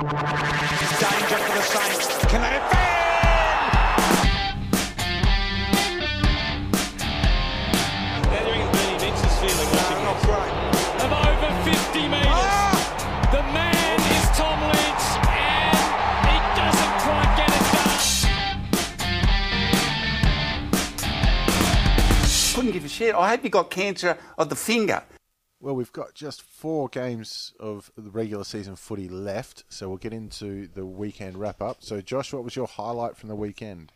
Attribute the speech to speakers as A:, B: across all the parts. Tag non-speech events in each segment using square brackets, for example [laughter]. A: Danger for the Saints. Can they defend?
B: Gathering Billy Mitch's feeling once again.
A: Not great.
B: Of over 50 metres,
A: Ah!
B: the man is Tom Lynch, and he doesn't quite get it done.
A: Couldn't give a shit. I hope he got cancer of the finger.
C: Well, we've got just four games of the regular season footy left, so we'll get into the weekend wrap up. So, Josh, what was your highlight from the weekend?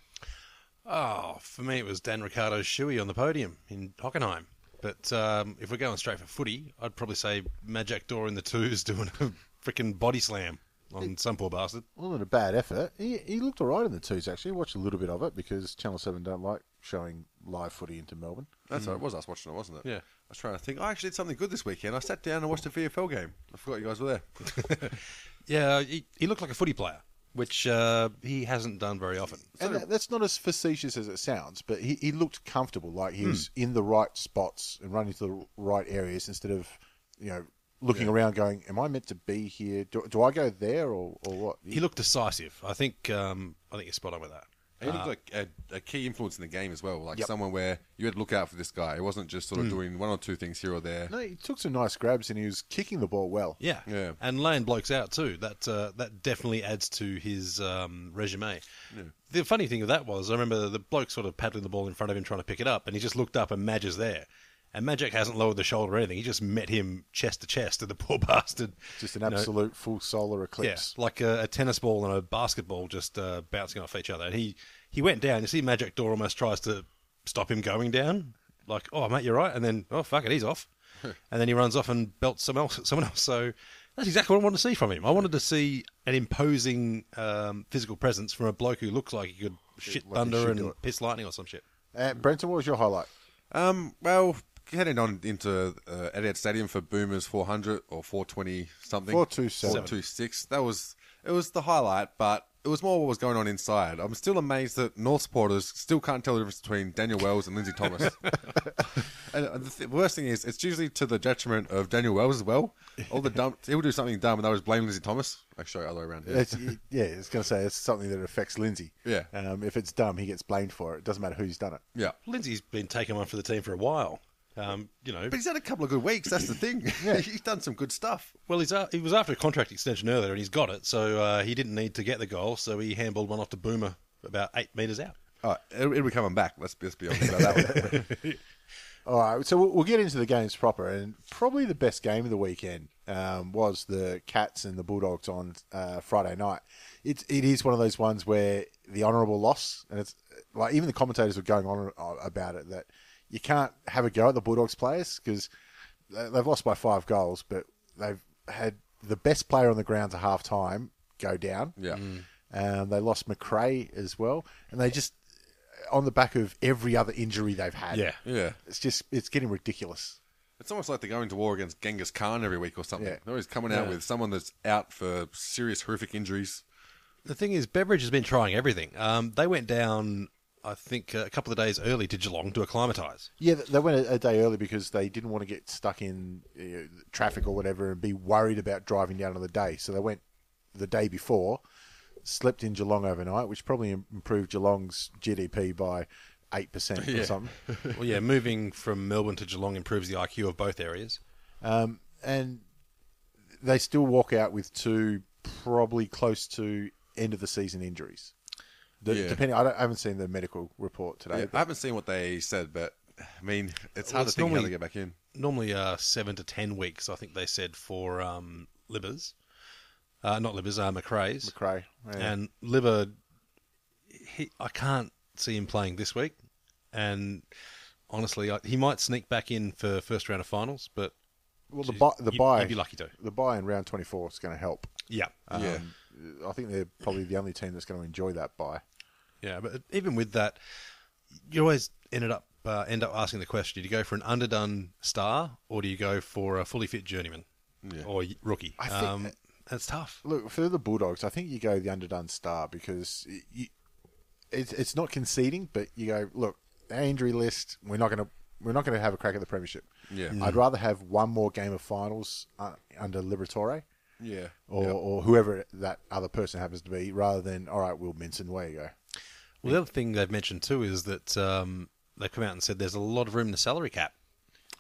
D: Oh, for me, it was Dan Ricardo's shoey on the podium in Hockenheim. But um, if we're going straight for footy, I'd probably say Magic Door in the twos [laughs] doing a freaking body slam on some poor bastard.
C: Well, not a bad effort. He, he looked all right in the twos, actually. Watched a little bit of it because Channel 7 don't like showing live footy into Melbourne.
E: That's right. It was us watching it, wasn't it?
D: Mm. Yeah.
E: I was trying to think. I actually did something good this weekend. I sat down and watched a VFL game. I forgot you guys were there.
D: [laughs]
E: [laughs]
D: Yeah, he, he looked like a footy player, which uh, he hasn't done very often.
C: And that, that's not as facetious as it sounds, but he, he looked comfortable, like he was in the right spots and running to the right areas instead of, you know, looking around going, am I meant to be here? Do, do I go there or, or what?
D: He looked decisive. I think um, I think you're spot on with that.
E: He
C: Uh,
E: looked like a, a key influence in the game as well. Like someone where you had to look out for this guy. It wasn't just sort of doing one or two things here or there.
C: Hmm. No, he took some nice grabs and he was kicking the ball well.
D: Yeah,
E: Yeah.
D: and laying blokes out too. That uh, that definitely adds to his um, resume. The funny thing of that was, I remember the bloke sort of paddling the ball in front of him, trying to pick it up, and he just looked up, and Madge is there, and Magic hasn't lowered the shoulder or anything. He just met him chest to chest, and the poor [laughs] bastard
C: Just an
D: you know,
C: absolute full solar eclipse.
D: yeah, like a, a tennis ball and a basketball just uh, bouncing off each other. And he he went down. You see, Magic Door almost tries to stop him going down. Like, oh mate, you're right. And then, oh fuck it,
C: [laughs]
D: he's off. and then he runs off and belts someone else. Someone else. So that's exactly what I wanted to see from him. I wanted to see an imposing um, physical presence from a bloke who looks like he could shit
C: like he
D: thunder
C: should
D: and
C: do it.
D: piss lightning or some shit.
C: Uh, Brenton, what was your highlight?
E: Um, well, heading on into uh, Etihad Stadium for Boomers 400 or 420 something.
C: 427.
E: 426. That was it was the highlight, but it was more what was going on inside. I'm still amazed that North supporters still can't tell the difference between Daniel Wells and Lindsay
C: [laughs]
E: Thomas. and uh, the th- worst thing is, it's usually to the detriment of Daniel Wells as well.
C: [laughs]
E: All the dumb, he'll do something dumb, and they always blame Lindsay Thomas. Actually, other way around. Here.
C: It's, yeah, it's going to say it's something that affects Lindsay.
E: Yeah.
C: Um, if it's dumb, he gets blamed for it. It doesn't matter who's done it.
E: Yeah,
D: Lindsay's been taking one for the team for a while. Um, you know,
E: but he's had a couple of good weeks. That's the [laughs] thing. he's done some good stuff.
D: Well, he's a he was after a contract extension earlier, and he's got it, so uh, he didn't need to get the goal. So he handballed one off to Boomer about eight meters out.
E: Uh, it'll, it'll be coming back. Let's, let's be honest about that one.
C: All right, so we'll, we'll get into the games proper, and probably the best game of the weekend um, was the Cats and the Bulldogs on uh, Friday night. It it is one of those ones where the honourable loss, and it's like even the commentators were going on uh, about it that you can't have a go at the Bulldogs players because they've lost by five goals, but they've had the best player on the ground to half time go down.
E: Yeah.
C: Um, they lost McRae as well, and they just on the back of every other injury they've had.
D: Yeah.
E: [laughs] Yeah.
C: It's just it's getting ridiculous.
E: It's almost like they're going to war against Genghis Khan every week or something.
C: Yeah.
E: They're always coming out with someone that's out for serious, horrific injuries.
D: The thing is, Beveridge has been trying everything. Um, they went down, I think, a couple of days early to Geelong to [laughs] acclimatise.
C: Yeah, they went a, a day early because they didn't want to get stuck in uh, traffic or whatever and be worried about driving down on the day. So they went the day before, slept in Geelong overnight, which probably im- improved Geelong's GDP by eight [laughs] percent or something.
D: well, yeah, moving from Melbourne to Geelong improves the IQ of both areas.
C: Um, and they still walk out with two probably close to end of the season injuries. The,
E: Yeah.
C: Depending, I, don't, I haven't seen the medical report today.
E: Yeah,
C: but-
E: I haven't seen what they said, but I mean, it's
D: Well,
E: hard
D: it's
E: to think how
D: normally-
E: they get back in.
D: Normally, uh, seven to ten weeks, I think they said for um, livers, uh, not livers, uh, McRae's.
C: McRae, yeah.
D: And Liver, he, I can't see him playing this week. And honestly, I, he might sneak back in for first round of finals, but
C: Well, the buy, the
D: you'd-
C: buy,
D: you'd be lucky to.
C: The buy in round twenty four is going to help. Um,
D: Yeah.
E: yeah.
C: I think they're probably the only team that's going to enjoy that buy.
D: Yeah, but even with that, you always ended up uh, end up asking the question: Do you go for an underdone star, or do you go for a fully fit journeyman or y- rookie?
C: I think
D: um,
C: that-
D: that's tough.
C: Look for the Bulldogs. I think you go the underdone star because y- you, it's it's not conceding, but you go look our injury list. We're not going to we're not going to have a crack at the premiership.
E: Yeah.
C: I'd rather have one more game of finals uh, under Liberatore
E: Yeah.
C: or or whoever that other person happens to be, rather than all right, Will Minson, where you go.
D: Well, the other thing they've mentioned too is that um, they've come out and said there's a lot of room in the salary cap,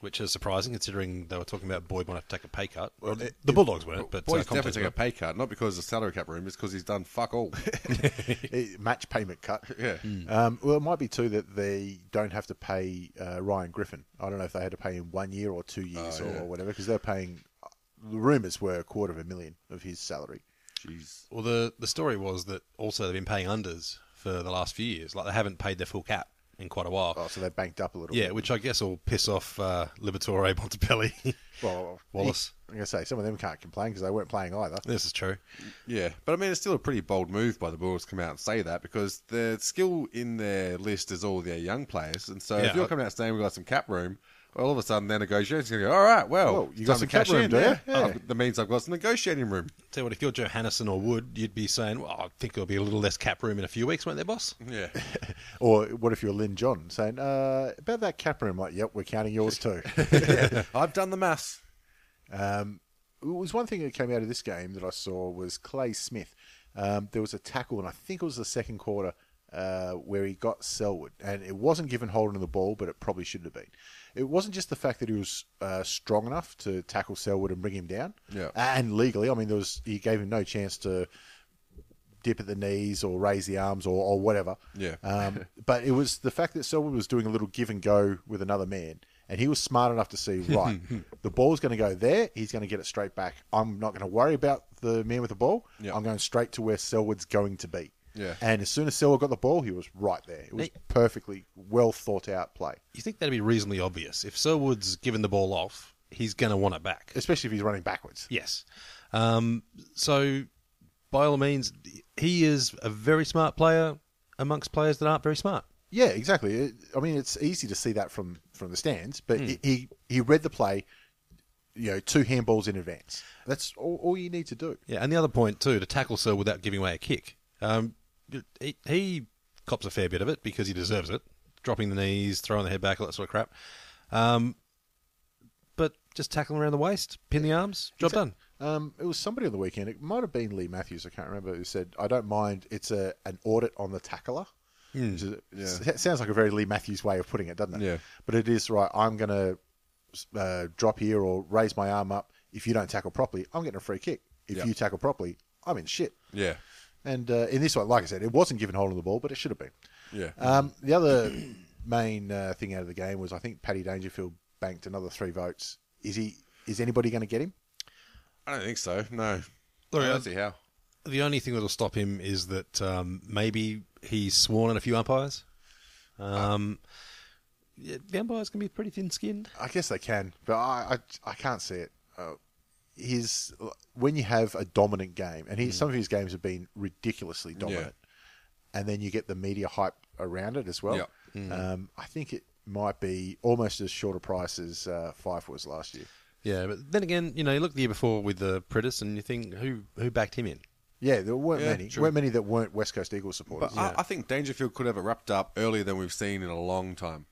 D: which is surprising considering they were talking about Boyd might have to take a pay cut. Well, the, Bulldogs weren't, but
E: Boy's
D: uh, Comte's
E: definitely taking a
D: were.
E: pay cut, not because of the salary cap room, it's because he's done fuck all. [laughs]
C: Eh, match payment cut.
E: Yeah.
C: Um, well, it might be too that they don't have to pay uh, Ryan Griffin. I don't know if they had to pay him one year or two years or, or whatever because they're paying. The rumours were a quarter of a million of his salary.
E: Jeez.
D: Well, the the story was that also they've been paying unders for the last few years. Like they haven't paid their full cap in quite a while.
C: Oh, so they banked up a little.
D: Yeah,
C: bit.
D: which I guess will piss off uh, Liberatore [laughs] Montepelli.
C: Well,
D: Wallace.
C: I'm gonna say some of them can't complain because they weren't playing either.
D: this is true.
E: Yeah. But I mean, it's still a pretty bold move by the Bulls to come out and say that because the skill in their list is all their young players. And so
D: Yeah.
E: if you're coming out saying we've got some cap room, well, all of a sudden their negotiation's going to go, all right, well,
C: Well, you got
E: it's
C: some
E: time to
C: cap
E: cash
C: room,
E: in,
C: do you?
E: yeah.
C: Yeah.
E: I've- That means I've got some negotiating room.
D: Tell you what, if you're Johannesson or Wood, you'd be saying, well, I think there'll be a little less cap room in a few weeks, won't there, boss?
E: Yeah.
C: Or what if you're Lynn John saying uh, about that cap room? Like, yep, we're counting yours too.
E: [laughs] I've done the maths.
C: it was one thing that came out of this game that I saw was Clay Smith. Um, there was a tackle, and I think it was the second quarter uh, where he got Selwood, and it wasn't given hold on the ball, but it probably should have been. It wasn't just the fact that he was uh, strong enough to tackle Selwood and bring him down,
E: Yeah.
C: and legally. I mean, there was he gave him no chance to dip at the knees or raise the arms or, or whatever.
E: Yeah. [laughs]
C: Um, but it was the fact that Selwood was doing a little give and go with another man, and he was smart enough to
E: [laughs]
C: see right, the ball's going to go there. He's going to get it straight back. I'm not going to worry about the man with the ball.
E: Yeah.
C: I'm going straight to where Selwood's going to be.
E: Yeah.
C: And as soon as Selwood got the ball, he was right there. It was
D: Hey.
C: perfectly well thought out play,
D: You think that'd be reasonably obvious. If Selwood's given the ball off, he's going to want it back.
C: especially if he's running backwards.
D: Yes. Um, so, by all means, he is a very smart player amongst players that aren't very smart.
C: Yeah, exactly. It, I mean, it's easy to see that from from the stands, but
E: Hmm.
C: he- he he read the play, you know, two handballs in advance. That's all, all you need to do.
D: Yeah, and the other point too, to tackle Sir without giving away a kick, um, he, he cops a fair bit of it because he deserves it, dropping the knees, throwing the head back, all that sort of crap. Um, but just tackling around the waist, pin the arms, job done.
C: Um, it was somebody on the weekend. It might have been Lee Matthews. I can't remember who said, "I don't mind. It's a an audit on the tackler." Which is, s- sounds like a very Lee Matthews way of putting it, doesn't it?
E: Hmm. Yeah.
C: But it is right. I'm going to uh, drop here or raise my arm up. If you don't tackle properly, I'm getting a free kick. If
E: Yeah.
C: you tackle properly, I'm in shit.
E: Yeah.
C: And uh, in this one, like I said, it wasn't given hold of the ball, but it should have been.
E: Yeah.
C: Um, the other [coughs] main uh, thing out of the game was I think Paddy Dangerfield banked another three votes. Is he? Is anybody going to get him?
E: I don't think so. No.
D: Look,
E: I
D: I-
E: don't see how.
D: The only thing that'll stop him is that um, maybe he's sworn at a few umpires. Um, yeah, the umpires can be pretty thin-skinned.
C: I guess they can, but I I, I can't see it. Uh, his when you have a dominant game,
E: Hmm.
C: and he, some of his games have been ridiculously dominant, and then you get the media hype around it as well.
E: Yeah. Hmm.
C: Um, I think it might be almost as short a price as uh, Fife was last year.
D: Yeah, but then again, you know, you look the year before with the Pritis, and you think who who backed him in?
C: Yeah, there weren't
E: Yeah,
C: many.
E: true.
C: weren't many that weren't West Coast Eagles supporters.
E: But I, I think Dangerfield could have it wrapped up earlier than we've seen in a long time.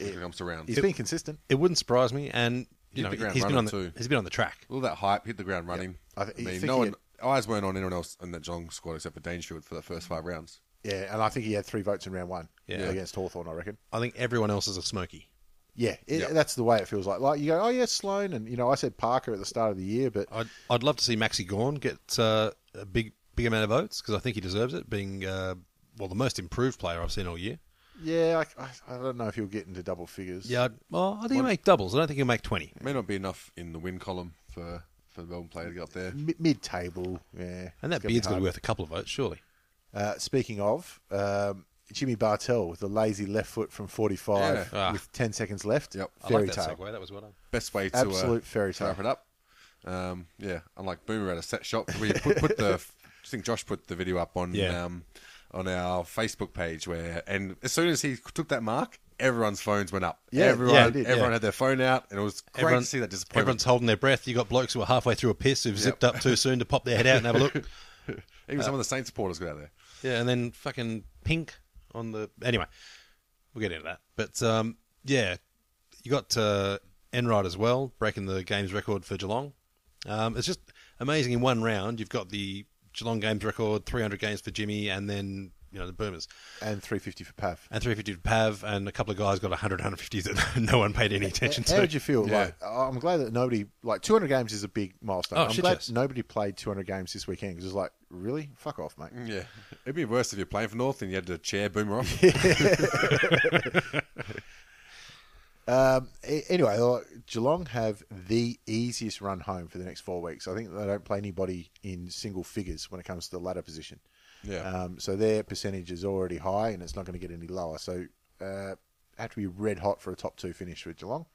E: If it comes around.
C: He's been consistent.
D: It wouldn't surprise me, and you
E: Hit the
D: know
E: ground
D: he's been
E: running
D: on the
E: too.
D: he's been on the track.
E: All that hype hit the ground running.
C: I
E: I,
C: th- you
E: mean,
C: think
E: no
C: he
E: one
C: had-
E: eyes weren't on anyone else in that Geelong squad except for Dangerfield for the first five rounds.
C: Yeah, and I think he had three votes in round one
D: Yeah.
C: against Hawthorn. I reckon.
D: I think everyone else is a smoky.
C: Yeah, it,
E: Yeah.
C: that's the way it feels like. Like you go, oh yeah, Sloan, and you know I said Parker at the start of the year,
E: Oh,
C: but
D: I'd I'd love to see Maxi Gorn get uh, a big big amount of votes because I think he deserves it, being uh, well the most improved player I've seen all year.
C: yeah, I, I, I don't know if he'll get into double figures.
D: Yeah, I'd- well I think he'll make doubles. I don't think he'll make twenty.
E: May not be enough in the win column for, for the Melbourne player to get up there.
C: Mi- mid-table. Yeah,
D: And that
C: it's
D: beard's going to be worth a couple of votes, surely.
C: hard. Uh, speaking of, um, Jimmy Bartell with the lazy left foot from 45
E: Yeah.
D: Ah.
C: with 10 seconds left.
E: Yep. I
D: I
C: Fairy
D: like that
C: tale.
D: segue. That was well done.
E: Best way to
C: Absolute
E: uh,
C: fairy
E: to
C: tale.
E: wrap it up. Um, yeah, unlike Boomer at a set shop, we put,
C: [laughs]
E: put the. I think Josh put the video up on
D: Yeah.
E: um, on our Facebook page where, and as soon as he took that mark, everyone's phones went up.
C: Yeah,
E: everyone,
D: yeah, yeah.
E: everyone had their phone out, and it was great to see that disappointment.
D: Everyone's holding their breath. You got blokes who are halfway through a piss who've zipped up too soon to pop their head out and have a [laughs] look.
E: Even some of the Saints supporters got out there.
D: Yeah, and then fucking pink on the. Anyway, we'll get into that. But um, yeah, you got uh, Enright as well, breaking the games record for Geelong. Um, it's just amazing. In one round, you've got the Geelong games record, 300 games for Jimmy, and then you know the Boomers
C: And 350 for Pav.
D: and 350 to Pav, and a couple of guys got 100, 150 that [laughs] no one paid any attention
C: How
D: to.
C: did you feel?
E: Yeah.
C: Like, I'm glad that nobody like 200 games is a big milestone.
D: Oh,
C: I'm
D: shit,
C: glad
D: yes.
C: nobody played 200 games this weekend because it's like, really, fuck off,
D: Mm.
C: mate.
E: Yeah, it'd be worse if you're playing for North and you had to chair Boomer off. [laughs]
C: Um, a- anyway, like, Geelong have the easiest run home for the next four weeks. I think they don't play anybody in single figures when it comes to the ladder position.
E: Yeah.
C: Um, so their percentage is already high, and it's not going to get any lower. So uh, have to be red hot for a top two finish for Geelong,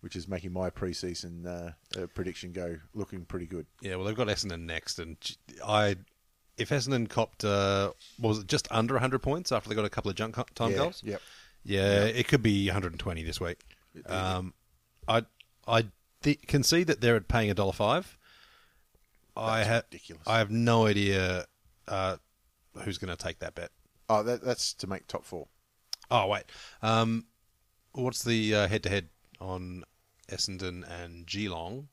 C: which is making my preseason uh, uh, prediction go looking pretty good.
D: Yeah, well, they've got Essendon next, and j- I, if Essendon copped, uh, what was it just under 100 points after they got a couple of junk co- time
C: Yeah,
D: goals?
C: yep.
D: Yeah, it could be 120 this week. Um, I I th- can see that they're paying a dollar five. I ha-
C: ridiculous.
D: I have no idea uh, who's going to take that bet.
C: Oh, that, that's to make top four.
D: Oh wait, um, what's the uh, head-to-head on Essendon and Geelong?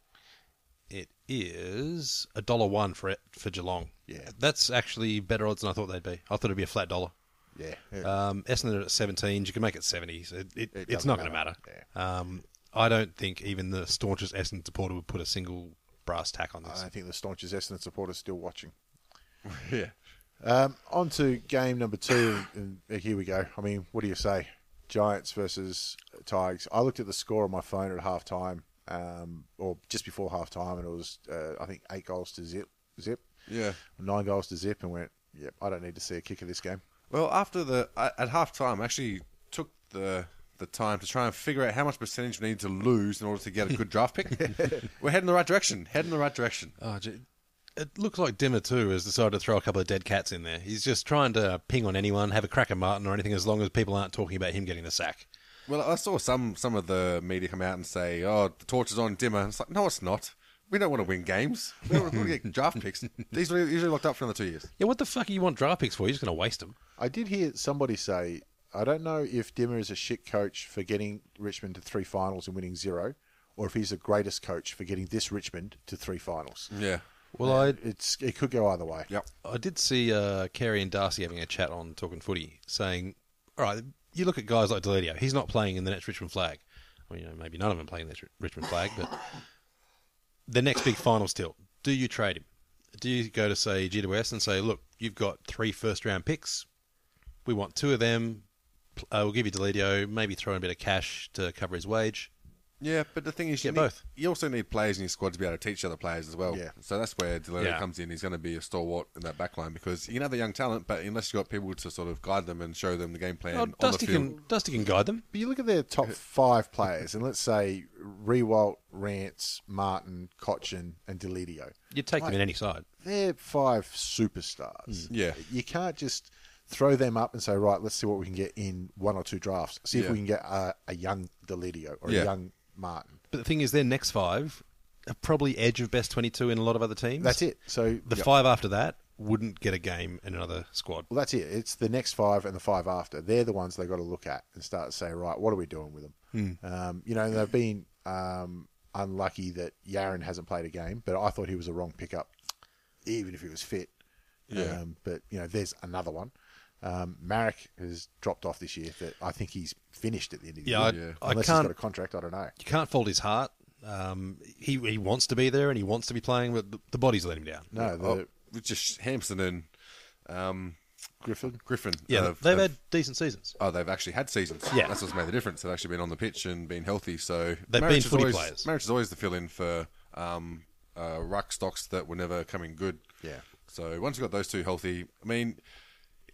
D: It is a dollar one for it for Geelong.
C: Yeah.
D: that's actually better odds than I thought they'd be. I thought it'd be a flat dollar.
C: Yeah.
D: Um, Essendon are at seventeen. You can make it seventy. So it, it, it's
C: doesn't
D: not going to
C: matter.
D: matter. Um, I don't think even the staunchest Essendon supporter would put a single brass tack on
C: I
D: this.
C: don't think the staunchest Essendon supporters still watching.
E: [laughs] yeah.
C: Um, on to game number two, and here we go. I mean, what do you say? Giants versus Tigers. I looked at the score on my phone at half time, um, or just before half time, and it was, uh, I think, eight goals to zip, zip,
E: Yeah.
C: nine goals to zip, and went, yep, I don't need to see a kick of this game.
E: Well, after the I- at half time, I actually took the the time to try and figure out how much percentage we need to lose in order to get a good draft [laughs] pick. We're heading the right direction. Heading the right direction.
D: Oh, gee. it looks like Dimmer too has decided to throw a couple of dead cats in there. He's just trying to ping on anyone, have a crack at Martin or anything, as long as people aren't talking about him getting the sack.
E: Well, I saw some some of the media come out and say, "Oh, the torch is on dimmer." And it's like, no, it's not. We don't want to win games. We don't want to get draft [laughs] picks. These are usually locked up for another two years.
D: Yeah, what the fuck are you want draft picks for? You're just going to waste them.
C: I did hear somebody say, I don't know if Dimmer is a shit coach for getting Richmond to three finals and winning zero, or if he's the greatest coach for getting this Richmond to three finals.
E: Yeah.
D: Well,
C: It's it could go either way.
E: Yep.
D: I I did see uh, Kerry and Darcy having a chat on Talking Footy, saying, "All right, you look at guys like Deledio. He's not playing in the next Richmond flag. Well, you know, maybe none of them playing the next Ri- Richmond flag, but the next big final still. Do you trade him? Do you go to say GWS and say, look, you've got three first round picks. We want two of them. Pl- Uh, we'll give you Deledio. Maybe throw in a bit of cash to cover his wage.
E: Yeah, but the thing is, you,
D: Get
E: need-
D: both.
E: you also need players in your squad to be able to teach other players as well.
C: Yeah.
E: So that's where Deloria
D: Yeah.
E: comes in. He's going to be a stalwart in that back line because you can have the young talent, but unless you've got people to sort of guide them and show them the game plan
D: Oh,
E: on
D: Dusty
E: the field.
D: can Dusty can guide them.
C: But you look at their
E: [laughs]
C: top five players, and let's say Rewalt, Rance, Martin, Cochin, and Delidio.
D: You'd take them in any side.
C: They're five superstars.
E: Mm. Yeah.
C: You can't just throw them up and say, right, let's see what we can get in one or two drafts. See if
E: Yeah.
C: we can get a, a young Delidio or
E: Yeah.
C: a young Martin.
D: But the thing is, their next five are probably edge of best 22 in a lot of other teams.
C: That's it. So
D: The five after that wouldn't get a game in another squad.
C: Well, that's it. It's the next five and the five after. They're the ones they got to look at and start to say, right, what are we doing with them?
D: Hmm.
C: Um, you know, they've been um, unlucky that Yaron hasn't played a game, but I thought he was a wrong pickup, even if he was fit.
E: Yeah.
C: Um, but you know, there's another one. Um, Marek has dropped off this year. That I think he's finished at the end of the
D: Yeah, I-
C: year.
D: I
C: Unless he's
D: can't-
C: got a contract, I don't know.
D: You can't fault his heart. Um, he he wants to be there and he wants to be playing, but the, the body's let him down.
C: No, the
E: Oh, it's just Hampson and um,
C: Griffin.
E: Griffin.
D: yeah,
E: have-
D: they've
E: have-
D: had decent seasons.
E: Oh, they've actually had seasons.
D: Yeah.
E: that's what's made the difference. They've actually been on the pitch and been healthy. So
D: They've
E: marriage
D: been
E: is
D: footy
E: always,
D: players.
E: Marriage is always the fill-in for um, uh, ruck stocks that were never coming good.
C: Yeah.
E: So once you got those two healthy, I mean,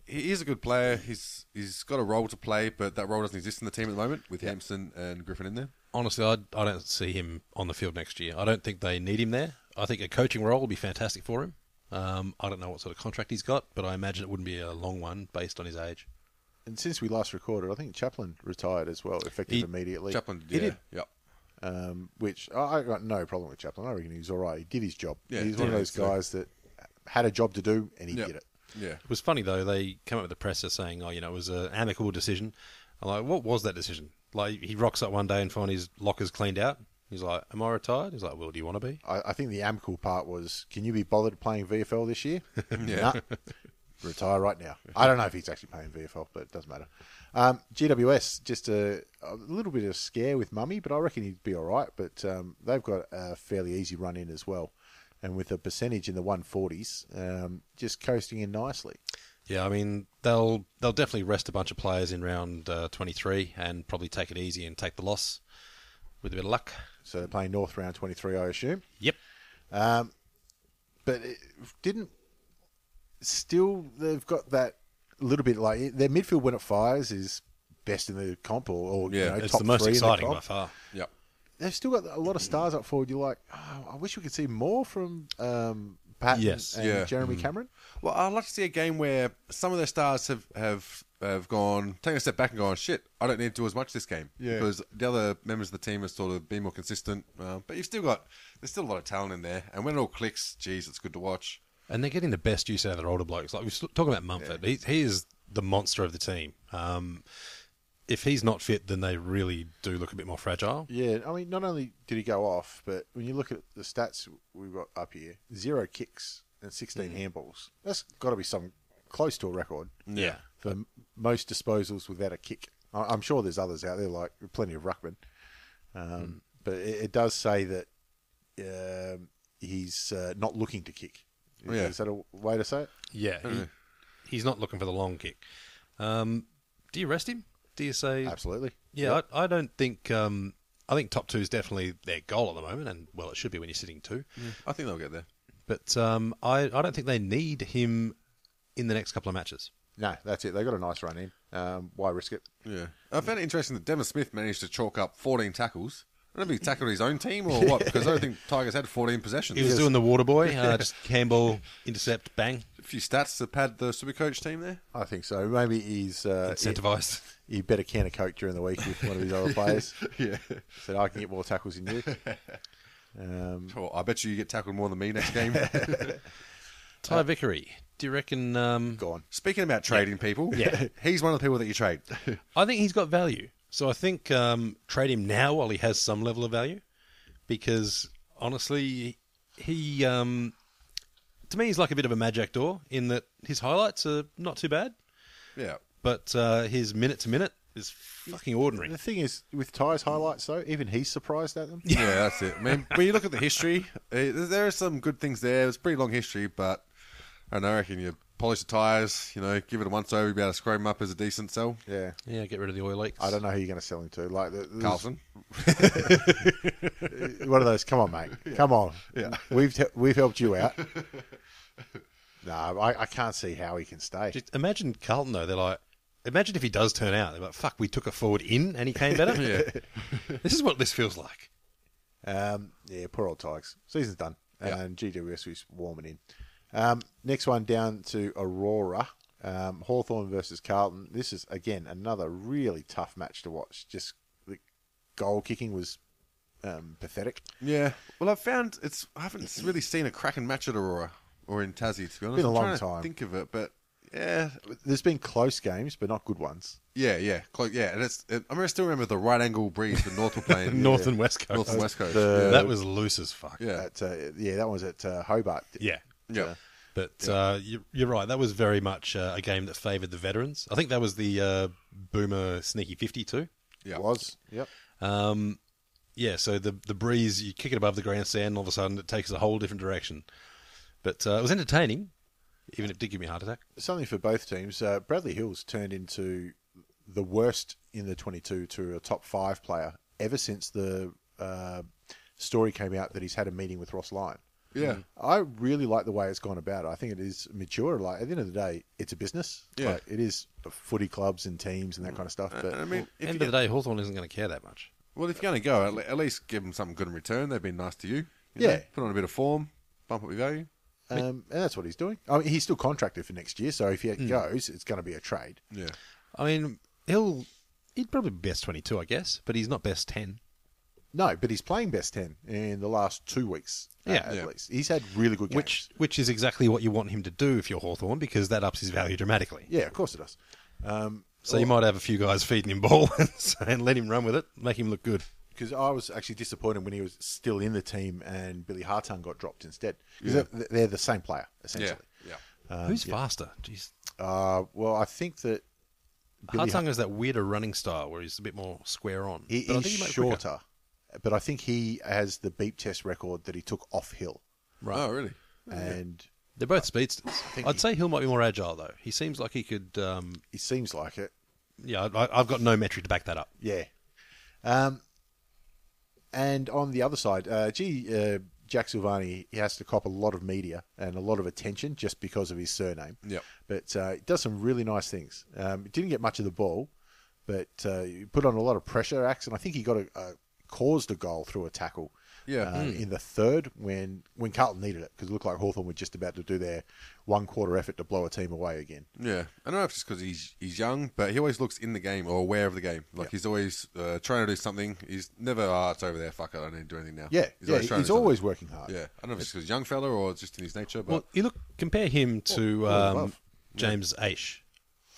E: he is a good player. He's he's got a role to play, but that role doesn't exist in the team at the moment with Hampson and Griffin in there.
D: Honestly, I, I don't see him on the field next year. I don't think they need him there. I think a coaching role would be fantastic for him. Um, I don't know what sort of contract he's got, but I imagine it wouldn't be a long one based on his age.
C: And since we last recorded, I think Chaplin retired as well, effective
D: He-
C: immediately.
E: Chaplin,
C: He
E: yeah,
C: did.
E: yep.
C: Um, which I, I got no problem with Chaplin. I reckon he was all right. He did his job.
E: Yeah,
C: he's one of
E: yeah,
C: those
E: so-
C: guys that had a job to do and he
E: Yep.
C: did it.
E: Yeah,
D: It was funny though. They came up with the presser saying, "Oh, you know, it was an amicable decision." I'm like, "What was that decision?" Like, he rocks up one day and finds his lockers cleaned out. He's like, "Am I retired?" He's like, "Well, do you want to be?"
C: I, I think the amicable part was, can you be bothered playing VFL this
E: [laughs]
C: year? yeah. Retire right now. I don't know if he's actually playing VFL, but it doesn't matter. Um, GWS, just a, a little bit of scare with Mummy, but I reckon he'd be all right. But um, they've got a fairly easy run in as well. And with a percentage in the 140s, um, just coasting in nicely.
D: Yeah, I mean, they'll they'll definitely rest a bunch of players in round uh, 23 and probably take it easy and take the loss with a bit of luck.
C: So they're playing North round 23, I assume.
D: Yep.
C: but it didn't. Still, they've got that little bit like their midfield when it fires is best in the comp or, or you
E: Yeah,
C: know,
D: It's
C: top
D: the most
C: three
D: exciting
C: in the
D: by
C: comp.
D: far.
E: yep.
C: They've still got a lot of stars up forward. You're like, oh, I wish we could see more from um, Patton
D: Yes. Mm.
C: and
E: Yeah.
C: Jeremy Cameron.
E: Well, I'd like to see a game where some of their stars have have have gone taken a step back and gone, shit, I don't need to do as much this game
C: Yeah.
E: because the other members of the team have sort of been more consistent. Uh, but you've still got there's still a lot of talent in there, and when it all clicks, geez, it's good to watch.
D: And they're getting the best use out of their older blokes. Like we were talking about Mumford, he, he is the monster of the team. Um, if he's not fit, then they really do look a bit more fragile.
C: Yeah, I mean, not only did he go off, but when you look at the stats we've got up here, zero kicks and 16 handballs. That's got to be some close to a record.
D: Yeah.
C: for m- most disposals without a kick. I- I'm sure there's others out there, like plenty of ruckman.
E: Hmm.
C: Um, But it, it does say that um, he's uh, not looking to kick. Is,
E: Oh, Yeah.
C: is that a way to say it?
D: Yeah, he, he's not looking for the long kick. Um, do you rest him? Do you say?
C: Absolutely.
D: Yeah, I, I don't think. Um, I think top two is definitely their goal at the moment, and well, it should be when you're sitting two.
E: I think they'll get there.
D: But um, I, I don't think they need him in the next couple of matches.
C: No, that's it. They got a nice run in. Um, why risk it?
E: Yeah, I found it interesting that Devon Smith managed to chalk up 14 tackles. I don't know if he tackled his own team or
D: [laughs]
E: what, because I don't think Tigers had 14 possessions.
D: He was doing the water boy, [laughs] uh, just handball, intercept, bang,
E: a few stats to pad the Supercoach team there.
C: I think so. Maybe he's uh, he,
D: incentivized.
C: he bet a can of coke during the week with one of his other players.
E: [laughs] Yeah.
C: Said I can get more tackles than
E: [laughs]
C: you. Um,
E: Oh, I bet you you get tackled more than me
D: [laughs]
E: next game.
D: Ty Vickery, do you reckon? Um,
C: gone.
E: Speaking about trading people, yeah. [laughs] he's one of the people that you [laughs] trade.
D: I think he's got value. So I think um, trade him now while he has some level of value, because honestly, he um, to me he's like a bit of a magic door in that his highlights are not too bad,
E: yeah.
D: but uh, his minute to minute is fucking ordinary.
C: The thing is, with Ty's highlights though, even he's surprised at them.
E: Yeah, that's it. I mean, when you look at the history, eh, there are some good things there. It's a pretty long history, but I don't know, I reckon you polish the tyres, you know, give it a once over, you'll be able to scrape them up as a decent sell.
C: Yeah.
D: Yeah, get rid of the oil leaks.
C: I don't know who you're going to sell him to. Like the, there's
E: Carlson.
C: one of those. Come on,
E: [laughs]
C: mate. Come on. Yeah. We've te- we've helped you out. no, I, I can't see how he can stay.
D: Just imagine Carlton though. They're like, imagine if he does turn out. They're like, fuck, we took a forward in and he came
E: [laughs]
D: better. [laughs] This is what this feels like.
C: Um, yeah, poor old Tigers. Season's done, and GWS is warming in. Um, next one down to Aurora. Um, Hawthorne versus Carlton. This is again another really tough match to watch. Just the goal kicking was um, pathetic.
E: Yeah. Well, I've found it's I haven't really seen a cracking match at Aurora or in Tassie to be honest.
C: Been a
E: I'm
C: long
E: trying to
C: time.
E: think of it, but yeah,
C: There's been close games, but not good ones.
E: yeah, yeah, close, yeah. And it's it, I remember- I still remember the right angle breeze that North were
D: [laughs]
E: playing.
D: North and West Coast. Uh,
E: North and West Coast.
C: The-
D: that was loose as fuck.
E: yeah, yeah,
C: At, uh, yeah, that one's at uh, Hobart.
D: Yeah.
E: yeah.
D: But uh, you, you're right. That was very much uh, a game that favoured the veterans. I think that was the uh, Boomer Sneaky 50 too.
E: yeah.
C: was. Yep.
D: Um, yeah, so the the breeze, you kick it above the grandstand, and all of a sudden it takes a whole different direction. But uh, it was entertaining, even if it did give me a heart attack.
C: Something for both teams. Uh, Bradley Hill's turned into the worst in the 22 to a top five player ever since the uh, story came out that he's had a meeting with Ross Lyon.
E: Yeah.
C: I really like the way it's gone about. I think it is mature. Like at the end of the day, it's a business.
E: Yeah.
C: Like, it is footy clubs and teams and that kind of stuff. But
E: I mean,
D: End
E: if you
D: of
E: get,
D: the day, Hawthorn isn't going to care that much.
E: well, if you're going to go, at, le- at least give them something good in return. They've been nice to you. you
C: Yeah.
E: know? put on a bit of form, bump up your value.
C: um, and that's what he's doing. I mean, he's still contracted for next year, so if he goes, it's going to be a trade.
E: Yeah,
D: I mean, he'll he'd probably be best twenty two, I guess, but he's not best ten.
C: No, but he's playing best ten in the last two weeks. uh,
D: Yeah.
C: at
D: Yeah.
C: least he's had really good games.
D: Which which is exactly what you want him to do if you're Hawthorn, because that ups his value dramatically.
C: yeah, of course it does. Um,
D: So you might have a few guys feeding him ball [laughs] and, and let him run with it, make him look good.
C: because I was actually disappointed when he was still in the team and Billy Hartung got dropped instead. 'Cause they're, they're the same player
E: yeah,
C: essentially.
E: yeah.
C: Um,
D: Who's faster? Jeez.
C: Uh, well, I think that Billy
D: Hartung has that weirder running style where he's a bit more square on.
C: He
D: But I
C: is
D: think he might be quicker.
C: shorter, but I think he has the beep test record that he took off hill.
E: Oh, really?
C: And
D: They're both speedsters.
C: think
D: I'd
C: he-
D: say Hill might be more agile though. He seems like he could. Um,
C: it seems like it.
D: yeah, I, I've got no metric to back that up.
C: Yeah. Um, and on the other side, uh, gee, uh, Jack Silvani he has to cop a lot of media and a lot of attention just because of his surname.
E: Yep.
C: But uh, he does some really nice things. Um, he didn't get much of the ball, but uh, he put on a lot of pressure acts, and I think he got a, a caused a goal through a tackle.
E: Yeah. Hmm.
C: uh, In the third, when when Carlton needed it, because it looked like Hawthorn were just about to do their one quarter effort to blow a team away again.
E: Yeah, I don't know if it's because he's he's young, but he always looks in the game or aware of the game. Like he's always uh, trying to do something. He's never, oh, it's over there. Fuck it, I don't need to do anything now.
C: Yeah, he's yeah,
E: trying to
C: he's
E: do something.
C: always working hard.
E: Yeah, I don't know if it's because he's a young fella or it's just in his nature, but
D: Well, you look compare him
C: Oh,
D: to
C: all
D: um,
C: above.
D: James Aish,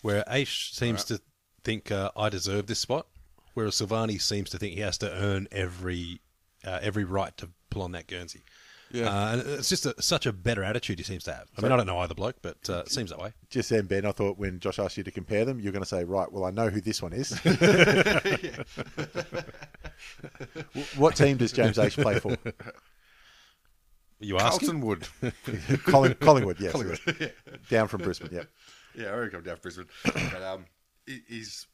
D: where Aish seems to think uh, I deserve this spot, whereas Silvani seems to think he has to earn every uh, every right to pull on that Guernsey.
E: Yeah.
D: uh, and it's just a, such a better attitude he seems to have. I mean, I don't know either bloke, but uh, it seems that way.
C: Just then, Ben, I thought when Josh asked you to compare them, you're going to say, right, well, I know who this one
E: [laughs]
C: is. [laughs] Wh- what team does James H play
E: [laughs]
C: for?
D: You ask
E: Carlton Wood.
C: Colling- Collingwood, yes.
E: [laughs]
C: Down from Brisbane, yeah.
E: yeah, I already come down to Brisbane, [coughs] but um, he- he's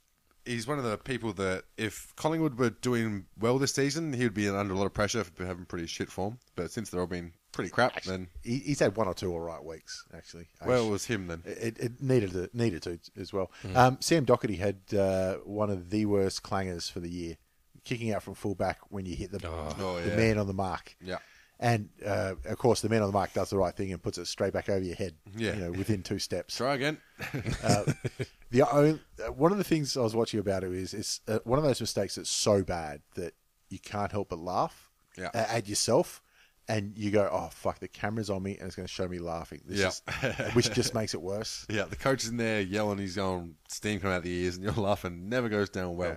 E: he's one of the people that if Collingwood were doing well this season, he would be under a lot of pressure for having pretty shit form. But since they're all been pretty crap, then
C: He, he's had one or two all right weeks, actually.
E: well, Hmm. it was him then.
C: It, it needed to, needed to as well. Um, Sam Doherty had uh, one of the worst clangers for the year, kicking out from fullback when you hit the,
E: Oh,
C: the
E: yeah.
C: man on the mark.
E: Yeah.
C: and uh, of course the man on the mark does the right thing and puts it straight back over your head.
E: Yeah.
C: you know, within two steps.
E: Try again.
C: The only, uh, one of the things I was watching about it is it's uh, one of those mistakes that's so bad that you can't help but laugh
E: Yeah.
C: a- at yourself, and you go, "Oh fuck, the camera's on me, and it's going to show me laughing." This
E: Yeah.
C: is, which just makes it worse.
E: [laughs] yeah, the coach is in there yelling, he's going steam coming out the ears, and you're [laughs] laughing. Never goes down well.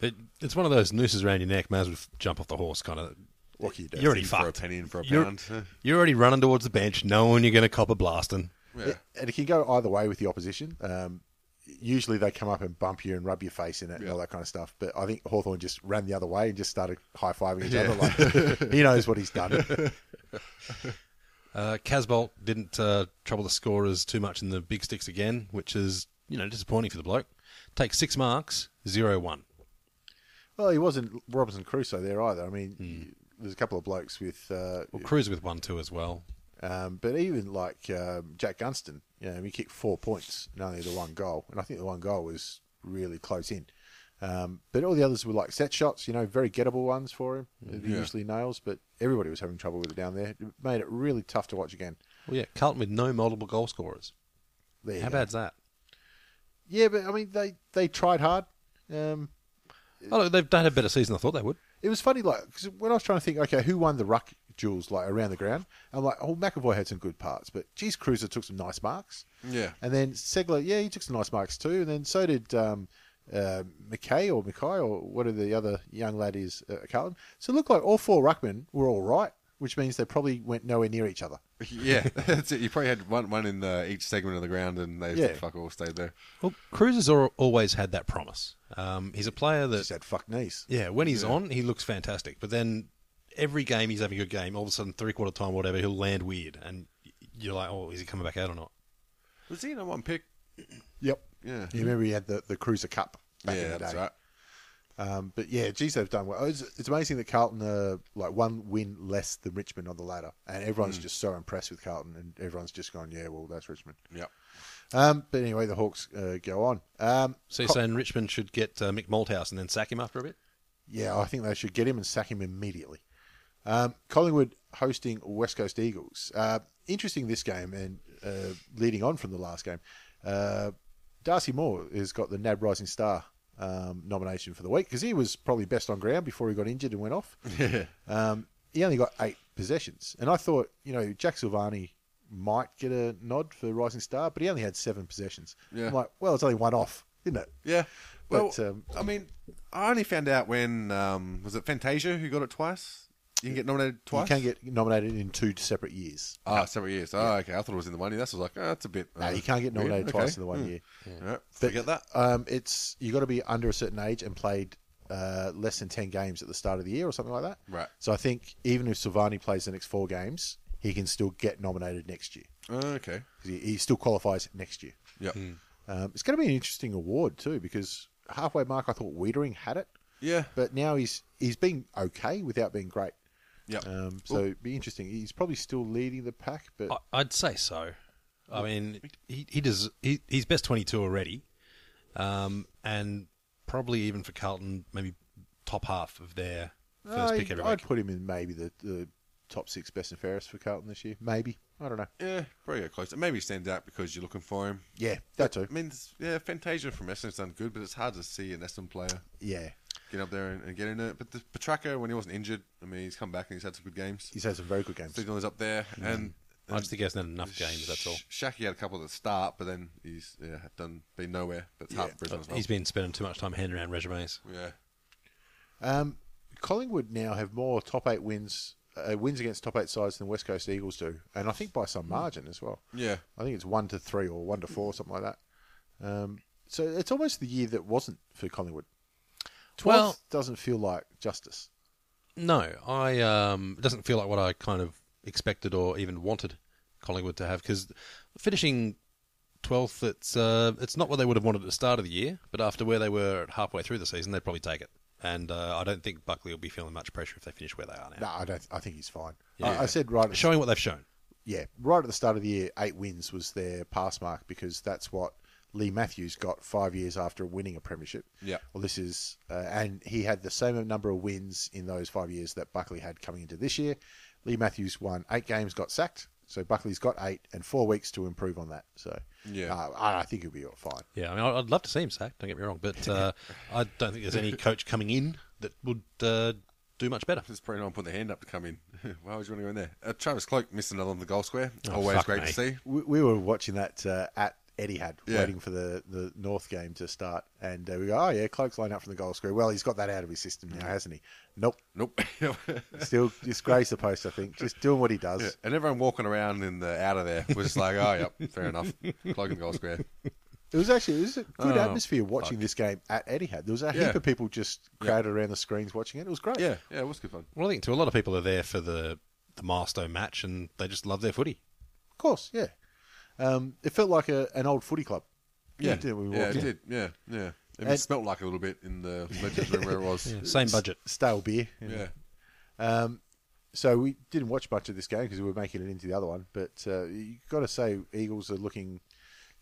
D: it. It- It's one of those nooses around your neck. May as well f- jump off the horse, kind of.
C: What can you do?
D: You're already
E: in for a
D: fucked.
E: penny, in for a
D: You're,
E: pound. [laughs]
D: you're already running towards the bench, knowing you're going to cop a blasting.
E: Yeah.
C: It- and it can go either way with the opposition. Um, usually they come up and bump you and rub your face in it and all that kind of stuff. But I think Hawthorn just ran the other way and just started high fiving each other.
E: [laughs]
C: Like, he knows what he's done.
D: Uh, Casbolt didn't uh, trouble the scorers too much in the big sticks again, which is you know disappointing for the bloke. Takes six marks, zero one.
C: Well, he wasn't Robinson Crusoe there either. I mean,
E: Hmm.
C: there's a couple of blokes with, uh,
D: Well, Cruz with one two as well.
C: um, but even like um, Jack Gunston, you know, he kicked four points and only the one goal. And I think the one goal was really close in. Um, but all the others were like set shots, you know, very gettable ones for him. They're Usually nails, but everybody was having trouble with it down there. It made it really tough to watch again.
D: Well, yeah, Carlton with no multiple goal scorers.
C: There you
D: How
C: go.
D: bad's that?
C: Yeah, but I mean, they they tried hard. Um,
D: Oh, look, they've done a better season. than I thought they would.
C: it was funny, like 'cause when I was trying to think, okay, who won the ruck duels like around the ground? I'm like, oh, McAvoy had some good parts, but geez, Cruiser took some nice marks.
E: Yeah.
C: and then Segler, yeah, he took some nice marks too, and then so did um, uh, McKay or McKay or what are the other young lad is uh, Carlton. So it looked like all four ruckmen were all right, which means they probably went nowhere near each other.
E: yeah, [laughs] that's it. You probably had one one in the, each segment of the ground, and they
C: Yeah.
E: fuck all stayed there.
D: Well, Cruz has al- always had that promise. Um, he's a player that
C: Just had fuck knees.
D: Yeah, when he's on, he looks fantastic. But then every game he's having a good game, all of a sudden three quarter time, whatever, he'll land weird, and y- you're like, oh, is he coming back out or not?
E: Was he in one pick?
C: Yep.
E: Yeah.
C: You remember he had the the Cruiser Cup back in
E: yeah,
C: the day.
E: that's right.
C: Um, but yeah, geez, they've done well. It's, it's amazing that Carlton are like one win less than Richmond on the ladder, and everyone's just so impressed with Carlton, and everyone's just gone, yeah, well, that's Richmond.
E: Yep.
C: Um, but anyway, the Hawks uh, go on. Um,
D: So you're saying Richmond should get uh, Mick Malthouse and then sack him after a bit?
C: yeah, I think they should get him and sack him immediately. Um, Collingwood hosting West Coast Eagles. Uh, interesting this game, and uh, leading on from the last game, uh, Darcy Moore has got the NAB Rising Star um, nomination for the week because he was probably best on ground before he got injured and went
E: [laughs]
C: off. um, he only got eight possessions, and I thought you know Jack Silvani might get a nod for Rising Star, but he only had seven possessions.
E: Yeah.
C: I'm like, well, it's only one off, isn't it?
E: Yeah. Well,
C: But, um,
E: I mean, I only found out when um, was it Fantasia who got it twice. You can get nominated twice.
C: You can get nominated in two separate years.
E: Ah, several years. Oh, okay. I thought it was in the one year. That's was like, oh, that's a bit.
C: No,
E: uh,
C: you can't get
E: weird.
C: nominated
E: Okay.
C: twice in the one year.
E: Yeah,
C: But,
E: forget that.
C: Um, it's you got to be under a certain age and played uh, less than ten games at the start of the year or something like that.
E: Right.
C: So I think even if Silvani plays the next four games, he can still get nominated next year.
E: Okay.
C: 'Cause He, he still qualifies next year.
E: Yep.
C: Um, it's going to be an interesting award too because halfway mark I thought Wiedering had it,
E: Yeah.
C: but now he's he's been okay without being great.
E: Yep.
C: Um, so it'd be interesting. He's probably still leading the pack, but
D: I, I'd say so. I mean, he he does he, he's best twenty two already, um, and probably even for Carlton, maybe top half of their first
C: I,
D: pick every
C: would
D: week.
C: put him in maybe the, the top six best and fairest for Carlton this year. Maybe I don't know.
E: yeah. Probably go close. Maybe he stands out because you're looking for him.
C: Yeah, that too.
E: I mean, it's- yeah, Fantasia from Essendon's done good, but it's hard to see an Essendon player
C: Yeah,
E: get up there and, and get in it. But the Petraka, when he wasn't injured, I mean, he's come back and he's had some good games.
C: he's Hmm. had some very good games.
E: Signal is up there, and
D: I just think he hasn't had enough games. That's all.
E: Sh- Shaq, he had a couple at the start, but then he's yeah, done been nowhere. But it's hard for Brisbane as well.
D: He's been spending too much time handing around resumes.
E: yeah,
C: Um, Collingwood now have more top eight wins uh, wins against top eight sides than West Coast Eagles do, and I think by some
D: Hmm.
C: margin as well.
E: yeah,
C: I think it's one to three or one to four, something like that. Um, so it's almost the year that wasn't for Collingwood. Twelfth
D: Well-
C: doesn't feel like justice.
D: No, I um, it doesn't feel like what I kind of expected or even wanted Collingwood to have because finishing twelfth, it's uh, it's not what they would have wanted at the start of the year, but after where they were halfway through the season, they'd probably take it. And uh, I don't think Buckley will be feeling much pressure if they finish where they are now,
C: No, I don't. I think he's fine. I, I said right. At the
D: showing what they've shown.
C: yeah, right at the start of the year, eight wins was their pass mark because that's what Lee Matthews got five years after winning a premiership.
E: Yeah.
C: Well, this is, uh, and he had the same number of wins in those five years that Buckley had coming into this year. Lee Matthews won eight games, got sacked. So Buckley's got eight and four weeks to improve on that. So
E: Yeah.
C: uh, I I think he'll be fine.
D: Yeah, I mean, I- I'd love to see him sacked. Don't get me wrong, but uh, I don't think there's any coach coming in that would uh, do much better.
E: there's probably no one put their hand up to come in. [laughs] Why would you want to go in there? Uh, Travis Cloak missed another on the goal square. Always
D: Oh, fuck
E: great
D: me.
E: to see.
C: We, we were watching that uh, at Etihad,
E: Yeah.
C: waiting for the, the North game to start, and uh, we go, oh yeah, Cloak's lined up from the goal screw. Well, he's got that out of his system
E: Mm.
C: now, hasn't he? Nope.
E: Nope. [laughs]
C: Still disgrace the post, I think. Just doing what he does.
E: Yeah, and everyone walking around in the out of there was just like, oh, yep,
D: [laughs]
E: fair enough. Cloak in the goal square.
C: It was actually it was a good
E: Oh,
C: atmosphere watching this game at Etihad. There was a heap
E: Yeah.
C: of people just crowded around the screens watching it. It was great.
E: Yeah, yeah, it was good fun.
D: Well, I think too, a lot of people are there for the the milestone match, and they just love their footy.
C: of course. Yeah, um, it felt like a, an old footy club.
E: Yeah,
C: didn't it, when we
E: yeah,
C: walked
E: it
C: in?
E: did. Yeah, yeah. It
C: And-
E: smelt like a little bit
C: [laughs]
E: in the legends room where it was. Yeah.
D: Same budget.
C: Stale beer.
E: yeah.
C: So we didn't watch much of this game because we were making it into the other one. But uh, you got to say, Eagles are looking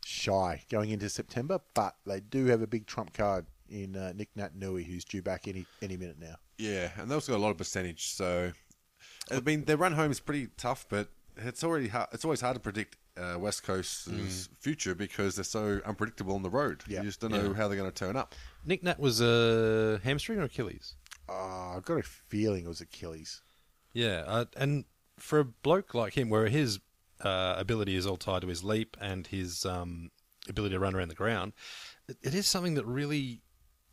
C: shy going into September, but they do have a big trump card in uh, Nick Nat Nui, who's due back any any minute now.
E: and they've also got a lot of percentage. So, I mean, their run home is pretty tough, but it's already hard, it's always hard to predict uh, West Coast's future because they're so unpredictable on the road.
C: Mm. Yeah.
E: You just don't know how they're going to turn up.
D: Nick Nat was a hamstring or Achilles.
C: Oh, I've got a feeling it was Achilles.
D: Yeah, uh, and for a bloke like him, where his uh, ability is all tied to his leap and his um, ability to run around the ground, it, it is something that really,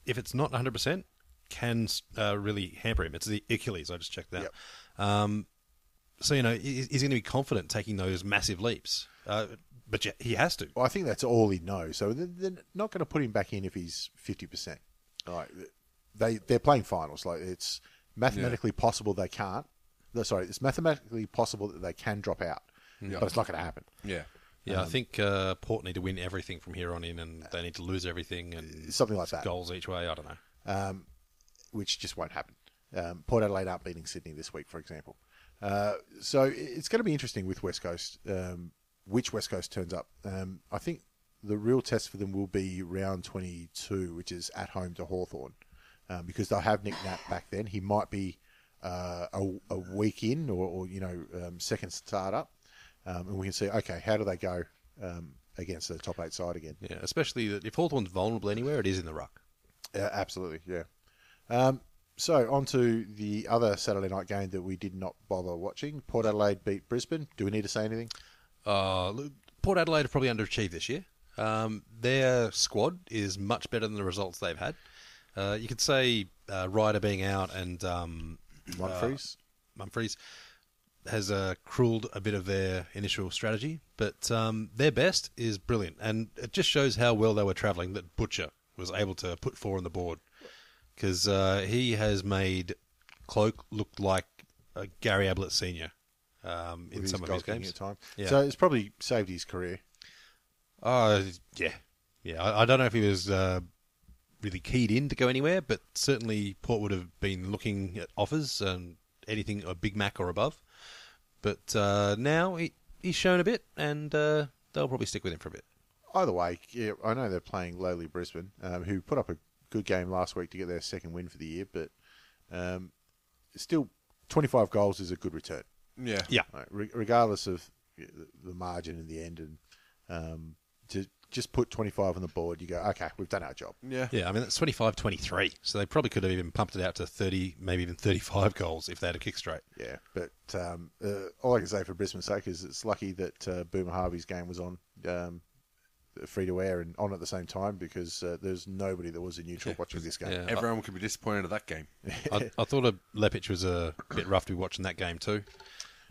D: if it's not 100%, can uh, really hamper him. It's the Achilles, I just checked that. Um, so, you know, he, he's going to be confident taking those massive leaps. Uh, but yeah, he has to.
C: Well, I think that's all he knows. So they're, they're not going to put him back in if he's fifty percent. Like they they're playing finals. Like it's mathematically possible they can't. no, Sorry, it's mathematically possible that they can drop out, but it's not going to happen.
E: Yeah.
D: Yeah, I think uh, Port need to win everything from here on in, and they need to lose everything and
C: Something like that.
D: goals each way. I don't know.
C: which just won't happen. Um, Port Adelaide aren't beating Sydney this week, for example. Uh, so it- it's going to be interesting with West Coast, um, which West Coast turns up. Um, I think the real test for them will be round 22, which is at home to Hawthorn, um, because they'll have Nick Knapp back then. He might be uh, a, a week in or, or you know, um, second start up. Um, and we can see, okay, how do they go um, against the top eight side again?
D: Yeah, especially that if Hawthorn's vulnerable anywhere, it is in the ruck.
C: Yeah, absolutely, yeah. Um, so on to the other Saturday night game that we did not bother watching. Port Adelaide beat Brisbane. Do we need to say anything?
D: Uh, look, Port Adelaide have probably underachieved this year. Um, their squad is much better than the results they've had. Uh, you could say uh, Ryder being out and um,
C: Humphreys.
D: Mumfries has uh, crueled a bit of their initial strategy, but um, their best is brilliant, and it just shows how well they were travelling that Butcher was able to put four on the board because uh, he has made Cloak look like uh, Gary Ablett Senior um, in
C: with
D: some of
C: goal
D: his
C: kicking
D: games.
C: at time.
D: Yeah.
C: So it's probably saved his career.
D: Uh, yeah, yeah. I, I don't know if he was uh, really keyed in to go anywhere, but certainly Port would have been looking at offers and anything a Big Mac or above. But uh, now he, he's shown a bit, and uh, they'll probably stick with him for a bit.
C: Either way, yeah, I know they're playing lowly Brisbane, um, who put up a good game last week to get their second win for the year, but um, still, 25 goals is a good return.
E: Yeah.
D: Yeah,
C: Right, re- regardless of yeah, the- the margin in the end, and um, to just put 25 on the board, you go, okay, we've done our job.
E: Yeah.
D: yeah. I mean that's 25-23, so they probably could have even pumped it out to thirty, maybe even thirty-five goals if they had a kick straight.
C: Yeah, but um, uh, all I can say for Brisbane's sake is it's lucky that uh, Boomer Harvey's game was on um, free to air and on at the same time because uh, there's nobody that was a neutral watching this game.
D: Yeah.
E: Everyone could be disappointed at that game.
D: I, I thought a Lepic was a bit rough to be watching that game too.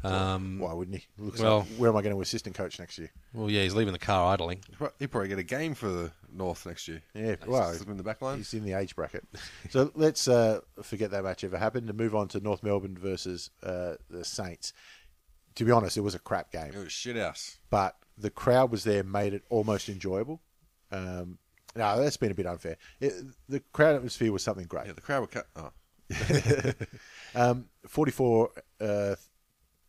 C: Why wouldn't he? [laughs] Looks
D: Well-
C: like, where am I going to assistant coach next year?
D: Well, yeah, he's leaving the car idling.
E: He'd probably get a game for the North next year.
C: Yeah,
E: Wow.
C: wow.
E: He's in the back line.
C: He's in the age bracket. So let's uh, forget that match ever happened and move on to North Melbourne versus uh, the Saints. To be honest, it was a crap game.
E: It was shit house.
C: but the crowd was there made it almost enjoyable. Um, no, that's been a bit unfair. It, the crowd atmosphere was something great.
E: Yeah, the crowd were cut. Oh.
C: Forty-four uh,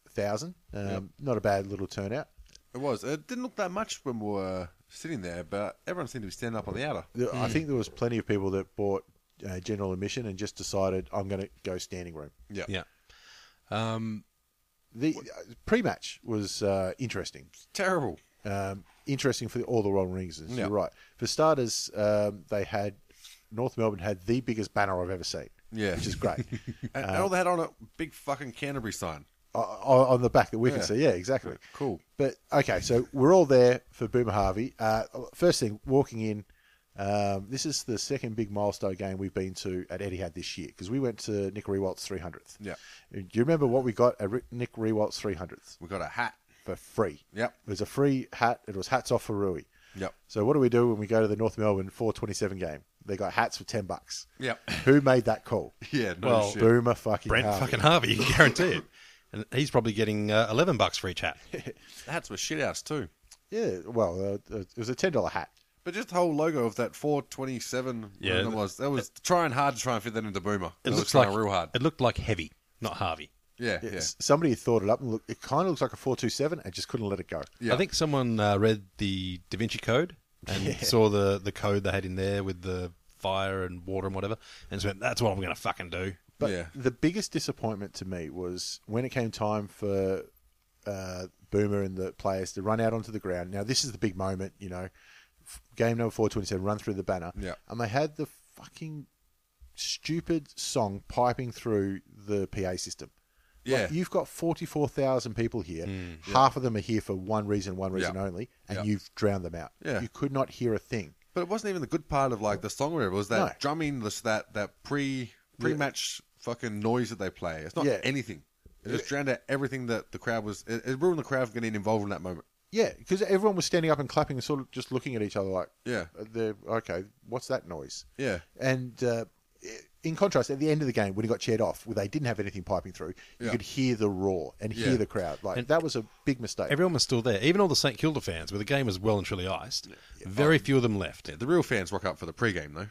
C: thousand, um, not a bad little turnout.
E: It was. It didn't look that much when we were sitting there, but everyone seemed to be standing up on the outer.
C: There- I think there was plenty of people that bought uh, general admission and just decided I'm going to go standing room.
E: Yeah.
D: Yeah.
C: The uh, pre-match was uh, interesting.
E: Terrible.
C: um, interesting for the, all the wrong reasons.
E: Yeah.
C: You're right. For starters, um, they had North Melbourne had the biggest banner I've ever seen.
E: Yeah.
C: which is great.
E: And, and all they had on a big fucking Canterbury sign.
C: O- o- on the back that we can
E: Yeah.
C: see. Yeah, exactly.
E: Cool.
C: But okay, so we're all there for Boomer Harvey. Uh, first thing, walking in. Um, this is the second big milestone game we've been to at Etihad this year because we went to Nick Rewalt's 300th.
E: Yeah.
C: Do you remember what we got at Ri- Nick Rewalt's 300th?
E: We got a hat.
C: for free.
E: Yep.
C: It was a free hat. It was hats off for Rui.
E: Yep.
C: So what do we do when we go to the North Melbourne 427 game? They got hats for 10 bucks.
E: Yep.
C: Who made that call?
E: [laughs] Yeah, no
D: Well,
E: shit.
C: Boomer fucking
D: Brent
C: Harvey.
D: fucking Harvey, [laughs] you can guarantee it. And he's probably getting uh, 11 bucks for each hat.
E: [laughs] The hats were shit house too.
C: Yeah, well, uh, uh, it was a $10 hat.
E: But just the whole logo of that 427,
D: Yeah.
E: yeah, that was that was trying hard to try and fit that into Boomer. It, was
D: looks
E: trying
D: like
E: real hard.
D: It looked like heavy, not Harvey.
E: yeah, yeah,
C: S- Somebody thought it up and look, it kind of looks like a 427 and just couldn't let it go.
E: Yeah.
D: I think someone uh, read the Da Vinci Code
E: [laughs]
D: and saw the, the code they had in there with the fire and water and whatever, and just went, "That's what I'm going to fucking do."
C: But
E: Yeah.
C: the biggest disappointment to me was when it came time for uh, Boomer and the players to run out onto the ground. Now this is the big moment, you know, F- game number four twenty seven. Run through the banner,
E: Yeah.
C: and they had the fucking stupid song piping through the PA system.
E: yeah. Mm,
C: Like, you've got forty four thousand people here. Half of them are here for one reason, one reason
E: Yeah.
C: only, and
E: Yeah.
C: you've drowned them out.
E: Yeah.
C: You could not hear a thing.
E: But it wasn't even the good part of like the song. Whatever it was that
C: No.
E: drumming, this that that pre pre match fucking noise that they play. It's not
C: Yeah.
E: anything. It just drowned out everything that the crowd was. It, it ruined the crowd from getting involved in that moment.
C: Yeah, because everyone was standing up and clapping and sort of just looking at each other like, uh,
E: Yeah.
C: they're, okay, what's that noise?
E: Yeah.
C: And uh, in contrast, at the end of the game, when he got cheered off, where they didn't have anything piping through, you
E: Yeah.
C: could hear the roar and
E: Yeah.
C: hear the crowd. Like,
D: And-
C: that was a big mistake.
D: Everyone was still there, even all the St
E: Um,
D: Kilda fans, where the game was well and truly iced. Very few of them left.
E: The real fans rock up for the pre-game though.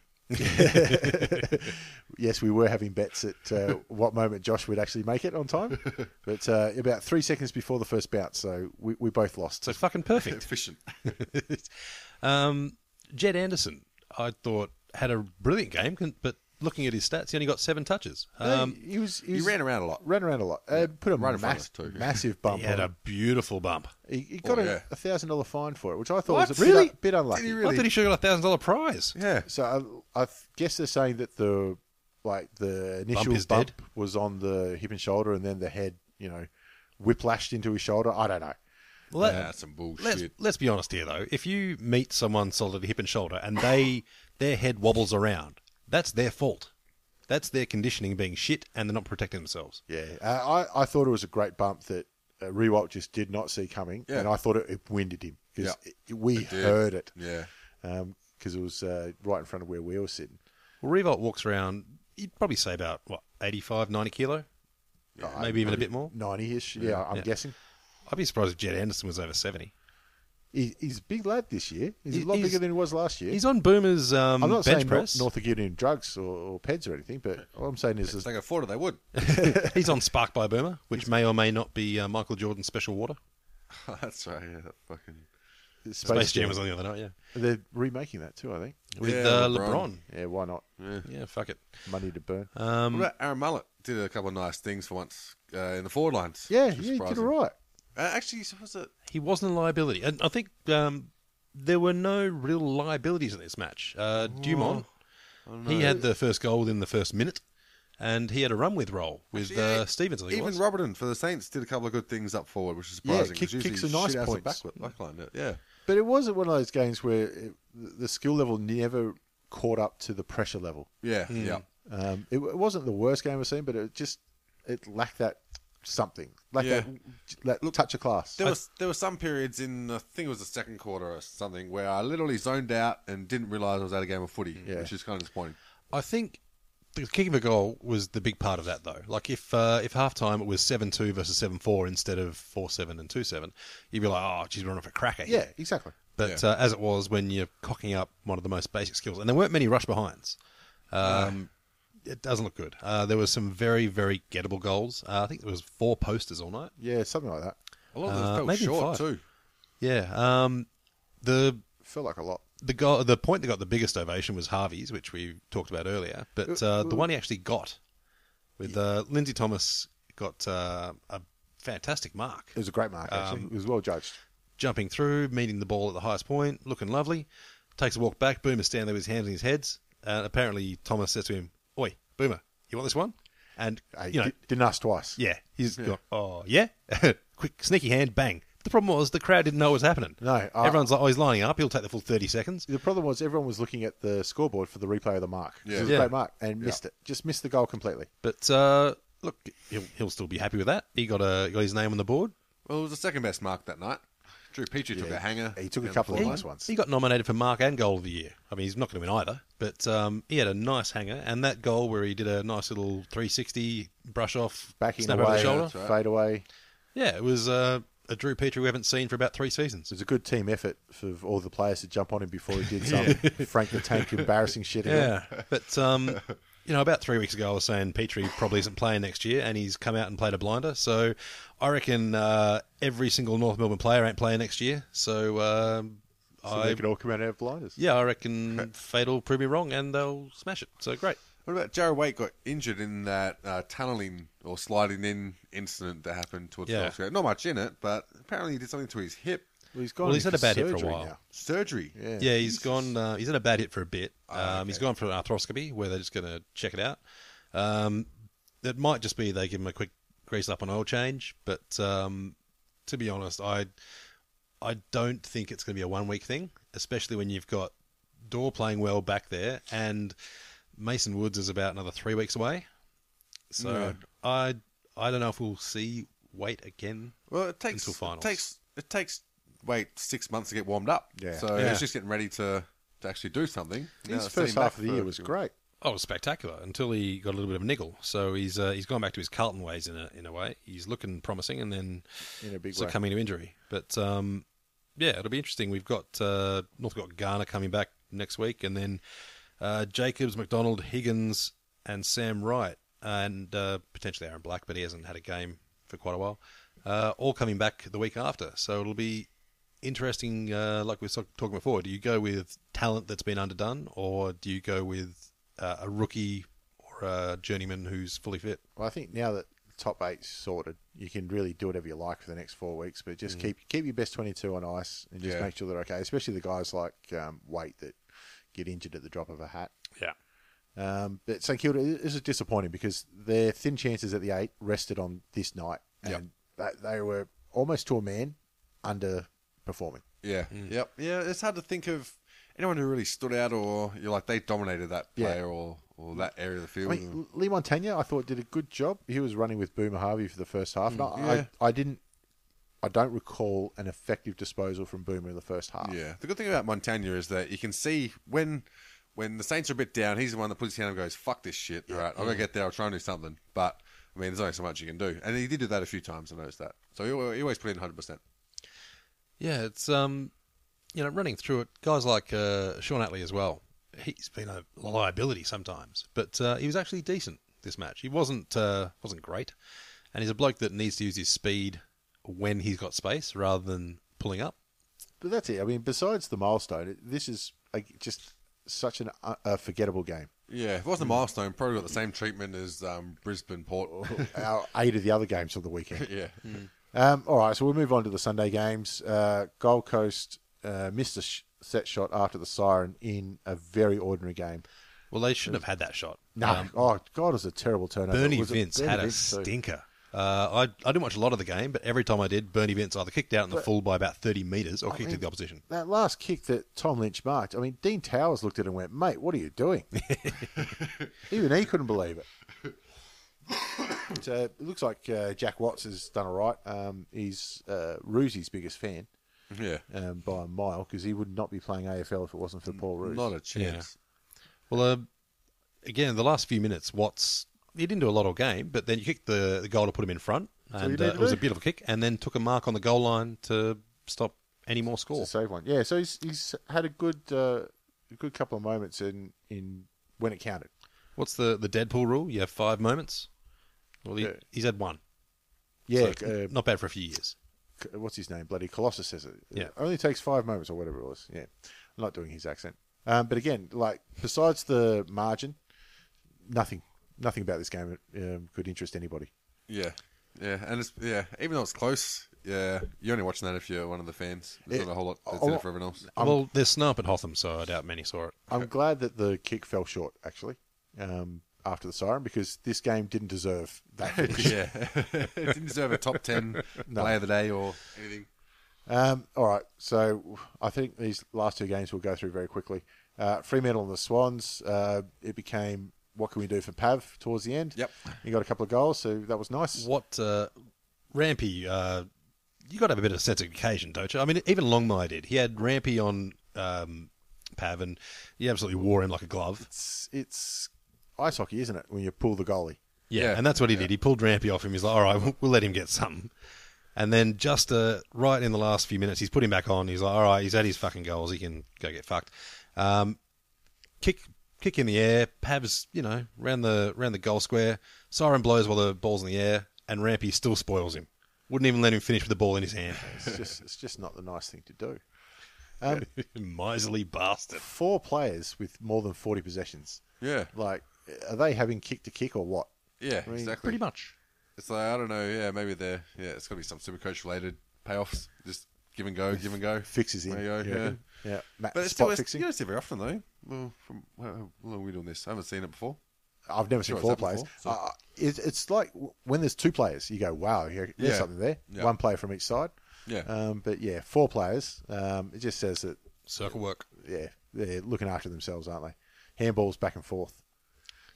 C: yes, we were having bets at uh, [laughs] what moment Josh would actually make it on
E: [laughs]
C: time, but uh, about three seconds before the first bounce, so we, we both lost.
D: [laughs] So fucking perfect.
E: [laughs] Efficient.
D: um, Jed Anderson, I thought, had a brilliant game, con- but looking at his stats, he only got seven touches. Um,
C: he, was,
E: he
C: was-
E: ran around a lot.
C: Ran around a lot. Uh, put a
E: Right in front
C: mass-
E: of us too. [laughs]
C: massive bump.
D: he had
C: on
D: a beautiful bump.
C: He, he got
E: Oh,
C: a
E: yeah.
C: a thousand dollar fine for it, which I thought
D: What?
C: was a
D: Really?
C: bit, un- bit unlucky.
D: I thought he should have got a thousand dollar prize.
E: Yeah.
C: So I, I th- guess they're saying that the like the initial
D: is
C: bump,
D: dead.
C: was on the hip and shoulder, and then the head, you know, whiplashed into his shoulder. I don't know.
D: Well, that-
E: That's some bullshit.
D: Let's, let's be honest here, though. If you meet someone solid hip and shoulder and they [laughs] their head wobbles around, that's their fault. That's their conditioning being shit, and they're not protecting themselves.
C: Yeah, uh, I I thought it was a great bump that uh, Rewalt just did not see coming,
E: Yeah.
C: and I thought it, it winded him because
E: Yeah.
C: we
E: did.
C: heard it
E: Yeah.
C: because it was uh, right in front of where we were sitting.
D: Well, Revolt walks around. You'd probably say about what 85, 90 kilo, maybe even a bit more.
C: Ninety ish, yeah, I'm
D: Yeah.
C: guessing.
D: I'd be surprised if Jed Anderson was over seventy.
C: He, he's a big lad this year. He's
D: He-
C: a lot
D: he's-
C: bigger than he was last year.
D: He's on Boomer's um,
C: I'm not
D: bench
C: saying
D: press.
C: North are giving him drugs or, or peds or anything, but all I'm saying is,
E: If
C: is
E: they could afford it, they would.
D: He's on Spark
C: [laughs]
D: by Boomer, which may or may not be uh, Michael Jordan's special water.
E: [laughs] That's right. Yeah. That fucking.
C: Space,
D: Space Jam
C: Jam.
D: was on the other night, yeah,
C: They're remaking that too, I think.
D: with
E: Yeah,
D: uh, LeBron.
E: LeBron.
C: Yeah, why not?
D: Yeah, Uh, fuck it.
C: Money to burn.
E: what about Aaron Mullet? Did a couple of nice things for once uh, in the forward lines.
C: yeah,
E: which was
C: yeah, he did
E: surprising.
C: all right.
E: Uh, actually, so was it?
D: He wasn't a liability. And I think um, there were no real liabilities in this match. Uh, Dumont, he had the first goal within the first minute, and he had a run with roll with uh, Stevens, I think it
E: Even
D: was.
E: Roberton for the Saints did a couple of good things up forward, which is
C: Yeah,
E: surprising.
C: kick-
E: 'cause usually
C: kicks are nice
E: shootouts are
C: points.
E: Backward, backline, yeah. yeah.
C: But it wasn't one of those games where it, the the skill level never caught up to the pressure level.
E: Yeah, yeah.
C: Um, it, it wasn't the worst game I've seen, but it just it lacked that something, like
E: Yeah.
C: that, that touch of class.
E: There was there were some periods in I think it was the second quarter or something where I literally zoned out and didn't realise I was out of game of footy,
C: Yeah.
E: which is kind of disappointing.
D: I think the kicking a goal was the big part of that, though. Like if uh, if halftime it was seven two versus seven four instead of four seven and two seven, you'd be like, oh, geez, we're on for a cracker. here."
C: yeah, exactly.
D: But uh, as it was when you're cocking up one of the most basic skills, and there weren't many rush behinds. Um, It doesn't look good. Uh, there were some very, very gettable goals. Uh, I think there was four posters all night.
C: Yeah, something like that.
E: A lot
D: Uh,
E: of them fell
D: maybe
E: short
D: five.
E: too.
D: Yeah. Um, the
C: Felt like a lot.
D: the goal, the point that got the biggest ovation was Harvey's, which we talked about earlier. But uh, the one he actually got with uh, Lindsay Thomas got uh, a fantastic mark.
C: It was a great mark.
D: Um,
C: Actually, it was well judged.
D: jumping through, meeting the ball at the highest point, looking lovely. Takes a walk back. Boomer's standing there with his hands in his heads. Uh, apparently, Thomas says to him, "Oi, Boomer, you want this one?" And
C: Hey,
D: you know,
C: Uh, di- didn't ask twice.
D: yeah, he's gone, "Oh, yeah." [laughs] Quick, sneaky hand, bang. The problem was the crowd didn't know what was happening.
C: No, I-
D: everyone's like, "Oh, he's lining up. He'll take the full thirty seconds."
C: The problem was everyone was looking at the scoreboard for the replay of the mark. It was
D: Yeah.
C: a great mark and missed it. Just missed the goal completely.
D: But uh, look, he'll, he'll still be happy with that. He got a got his name on the board.
E: Well, it was the second best mark that night. Drew Petrie took a hanger.
C: He took a
E: down the
C: couple of
E: forward
C: nice
E: line.
C: ones.
D: He got nominated for Mark and Goal of the Year. I mean, he's not going to win either, but um, he had a nice hanger, and that goal where he did a nice little 360 brush off,
C: Backing
D: snap over
C: away,
D: the shoulder.
E: right.
C: fade away. It
D: Yeah, it was uh, a Drew Petrie we haven't seen for about three seasons.
C: was a good team effort for all the players to jump on him before he
D: [laughs]
C: did some Frank the Tank embarrassing shit. again.
D: Yeah, but um, you know, about three weeks ago, I was saying Petrie probably isn't playing next year, and he's come out and played a blinder. So I reckon uh, every single North Melbourne player ain't playing next year. So. Um,
C: So they could all come out and have blinders.
D: Yeah, I reckon Fate will prove me wrong and they'll smash it. So great.
E: What about Jared Waite got injured in that uh, tunneling or sliding in incident that happened towards
D: Yeah.
E: the Hawks? Not much in it, but apparently he did something to his hip
C: Well, he's gone
D: Well, he's
C: in
D: had a bad hit for a
C: surgery
D: while.
C: now.
E: surgery.
C: Yeah.
D: Yeah, he's gone. Uh, he's had a bad hit for a bit. Um, He's gone for an arthroscopy where they're just going to check it out. Um, it might just be they give him a quick grease up and oil change, but um, to be honest, I I don't think it's going to be a one week thing, especially when you've got Door playing well back there and Mason Woods is about another three weeks away. So I I don't know if we'll see Wait again.
E: Well, it takes
D: Until finals.
E: It takes it takes wait six months to get warmed up.
C: Yeah.
E: So
D: Yeah.
E: he's just getting ready to, to actually do something. Now
C: His
E: it's
C: first
E: sitting
C: half
E: back
C: of the
E: for-
C: year was great.
D: Oh, it was spectacular until he got a little bit of a niggle. So he's uh, he's gone back to his Carlton ways in a in a way. He's looking promising, and then
C: In a big way.
D: succumbing to injury. But um, yeah, it'll be interesting. We've got uh, North got Garner coming back next week, and then uh, Jacobs, McDonald, Higgins, and Sam Wright, and uh, potentially Aaron Black, but he hasn't had a game for quite a while. Uh, all coming back the week after, so it'll be interesting. Uh, like we were talking before, do you go with talent that's been underdone, or do you go with uh, a rookie or a journeyman who's fully fit?
C: Well, I think now that the top eight's sorted, you can really do whatever you like for the next four weeks. But just keep keep your best twenty two on ice and just
E: Yeah.
C: make sure they're okay. Especially the guys like um, Waite that get injured at the drop of a hat.
D: Yeah.
C: Um, but St Kilda this is disappointing because their thin chances at the eight rested on this night, and that, they were almost to a man underperforming.
E: Yeah.
D: Hmm.
E: Yep. Yeah. It's hard to think of anyone who really stood out, or you're like they dominated that
C: Yeah.
E: player or, or that area of the
C: I
E: field.
C: mean, Lee Montagna, I thought did a good job. He was running with Boomer Harvey for the first half.
E: Mm,
C: and I, I, I didn't, I don't recall an effective disposal from Boomer in the first half.
E: yeah. The good thing about Montagna is that you can see when when the Saints are a bit down, he's the one that puts his hand up and goes, "Fuck this shit. All right, I'm gonna get there. I'll try and do something." But I mean, there's only so much you can do, and he did do that a few times. I noticed that. So he, al- he always put in 100. percent
D: Yeah, it's um, you know, running through it, guys like uh, Sean Atley as well. He's been a liability sometimes, but uh, he was actually decent this match. He wasn't uh, wasn't great, and he's a bloke that needs to use his speed when he's got space rather than pulling up.
C: But that's it. I mean, besides the milestone, it, this is like, just such an uh, a forgettable
E: [laughs]
C: game.
E: Yeah. If it wasn't a milestone, probably got the same treatment as um, Brisbane Port.
C: [laughs]
E: [laughs]
C: Our eight of the other games of the weekend.
E: yeah.
D: Hmm.
C: Um, all right, so we'll move on to the Sunday games. Uh, Gold Coast uh, missed a sh- set shot after the siren in a very ordinary game.
D: Well, they shouldn't have had that shot.
C: No,
D: Uh,
C: oh God, it was a terrible turnover.
D: Bernie
C: Was it
D: Vince
C: Bernie
D: had a
C: too?
D: stinker. Uh, I I didn't watch a lot of the game, but every time I did, Bernie Vince either kicked out in the full by about thirty meters or kicked to the opposition.
C: That last kick that Tom Lynch marked, I mean, Dean Towers looked at it and went, mate, what are you doing? Even he couldn't believe it. so it looks like uh, Jack Watts has done all right. Um, he's uh, Roosie's biggest fan
E: Yeah.
C: um, by a mile because he would not be playing AFL if it wasn't for Paul Roos.
E: Not a chance.
D: Well, uh, again, the last few minutes, Watts he didn't do a lot all game, but then you kicked the, the goal to put him in front, and uh,
C: need to
D: it was
C: do.
D: a beautiful kick, and then took a mark on the goal line to stop any more
C: It's
D: score.
C: a save one. Yeah, so he's, he's had a good uh, a good couple of moments in, in when it counted.
D: What's the the Deadpool rule? You have five moments. Well, he,
C: Yeah.
D: he's had one.
C: Yeah,
D: so
C: uh,
D: not bad for a few years.
C: C- what's his name? Bloody Colossus says it.
D: Yeah.
C: Only takes five moments or whatever it was. Yeah. I'm not doing his accent. Um, but again, like besides the margin, nothing, nothing about this game um, could interest anybody.
E: Yeah, yeah, and it's yeah. Even though it's close, yeah, you're only watching that if you're one of the fans. There's
C: It-
E: not a whole lot that's
C: oh,
E: in it
C: [laughs]
E: for everyone else.
D: well, there's snap at Hotham, so I doubt many saw it.
C: I'm glad that the kick fell short actually um, after the siren because this game didn't deserve that. finish.
E: yeah, [laughs] it didn't deserve a
C: [laughs]
E: top ten play of the day or anything.
C: Um, all right, so I think these last two games we'll go through very quickly. Uh, Fremantle and the Swans. Uh, it became what can we do for Pav towards the end.
E: Yep.
C: he got a couple of goals, so that was nice.
D: What uh, Rampy? Uh, you got to have a bit of sense of occasion, don't you? I mean, even Longmire did. He had Rampy on um, Pav, and he absolutely wore him like a glove.
C: it's it's ice hockey, isn't it? When you pull the goalie.
D: Yeah,
E: Yeah.
D: and that's what he did. He pulled Rampy off him. He's like, all right, we'll, we'll let him get something. And then just uh, right in the last few minutes, he's put him back on. He's like, all right, he's had his fucking goals. He can go get fucked. Um, kick, kick in the air. Pabs, you know, round the round the goal square. Siren blows while the ball's in the air, and Rampy still spoils him. Wouldn't even let him finish with the ball in his hand.
E: [laughs]
C: It's just it's just not the nice thing to do. Um,
D: [laughs] Miserly bastard.
C: four players with more than forty possessions.
E: Yeah,
C: Like, are they having kick to kick or what?
E: yeah,
C: mean,
E: exactly.
D: Pretty much.
E: It's like I don't know. Yeah, maybe they're yeah. It's got to be some super coach related payoffs. Just give and go, give and go.
C: Fixes in.
E: There you go.
C: you
E: Yeah.
C: reckon? yeah. Matt,
E: But it's
C: spot
E: still, it's,
C: fixing.
E: you don't see it very often though. Well, from how how long are we doing this? I haven't seen it before.
C: I've never seen
E: it's
C: four
E: happened
C: players.
E: before, so-
C: Uh, it's, it's like w- when there's two players, you go, wow, you go, there's
E: Yeah.
C: something there.
E: Yeah.
C: One player from each side.
E: Yeah.
C: Um, but yeah, four players. Um, it just says that
D: Circle work.
C: yeah, they're looking after themselves, aren't they? Handballs back and forth.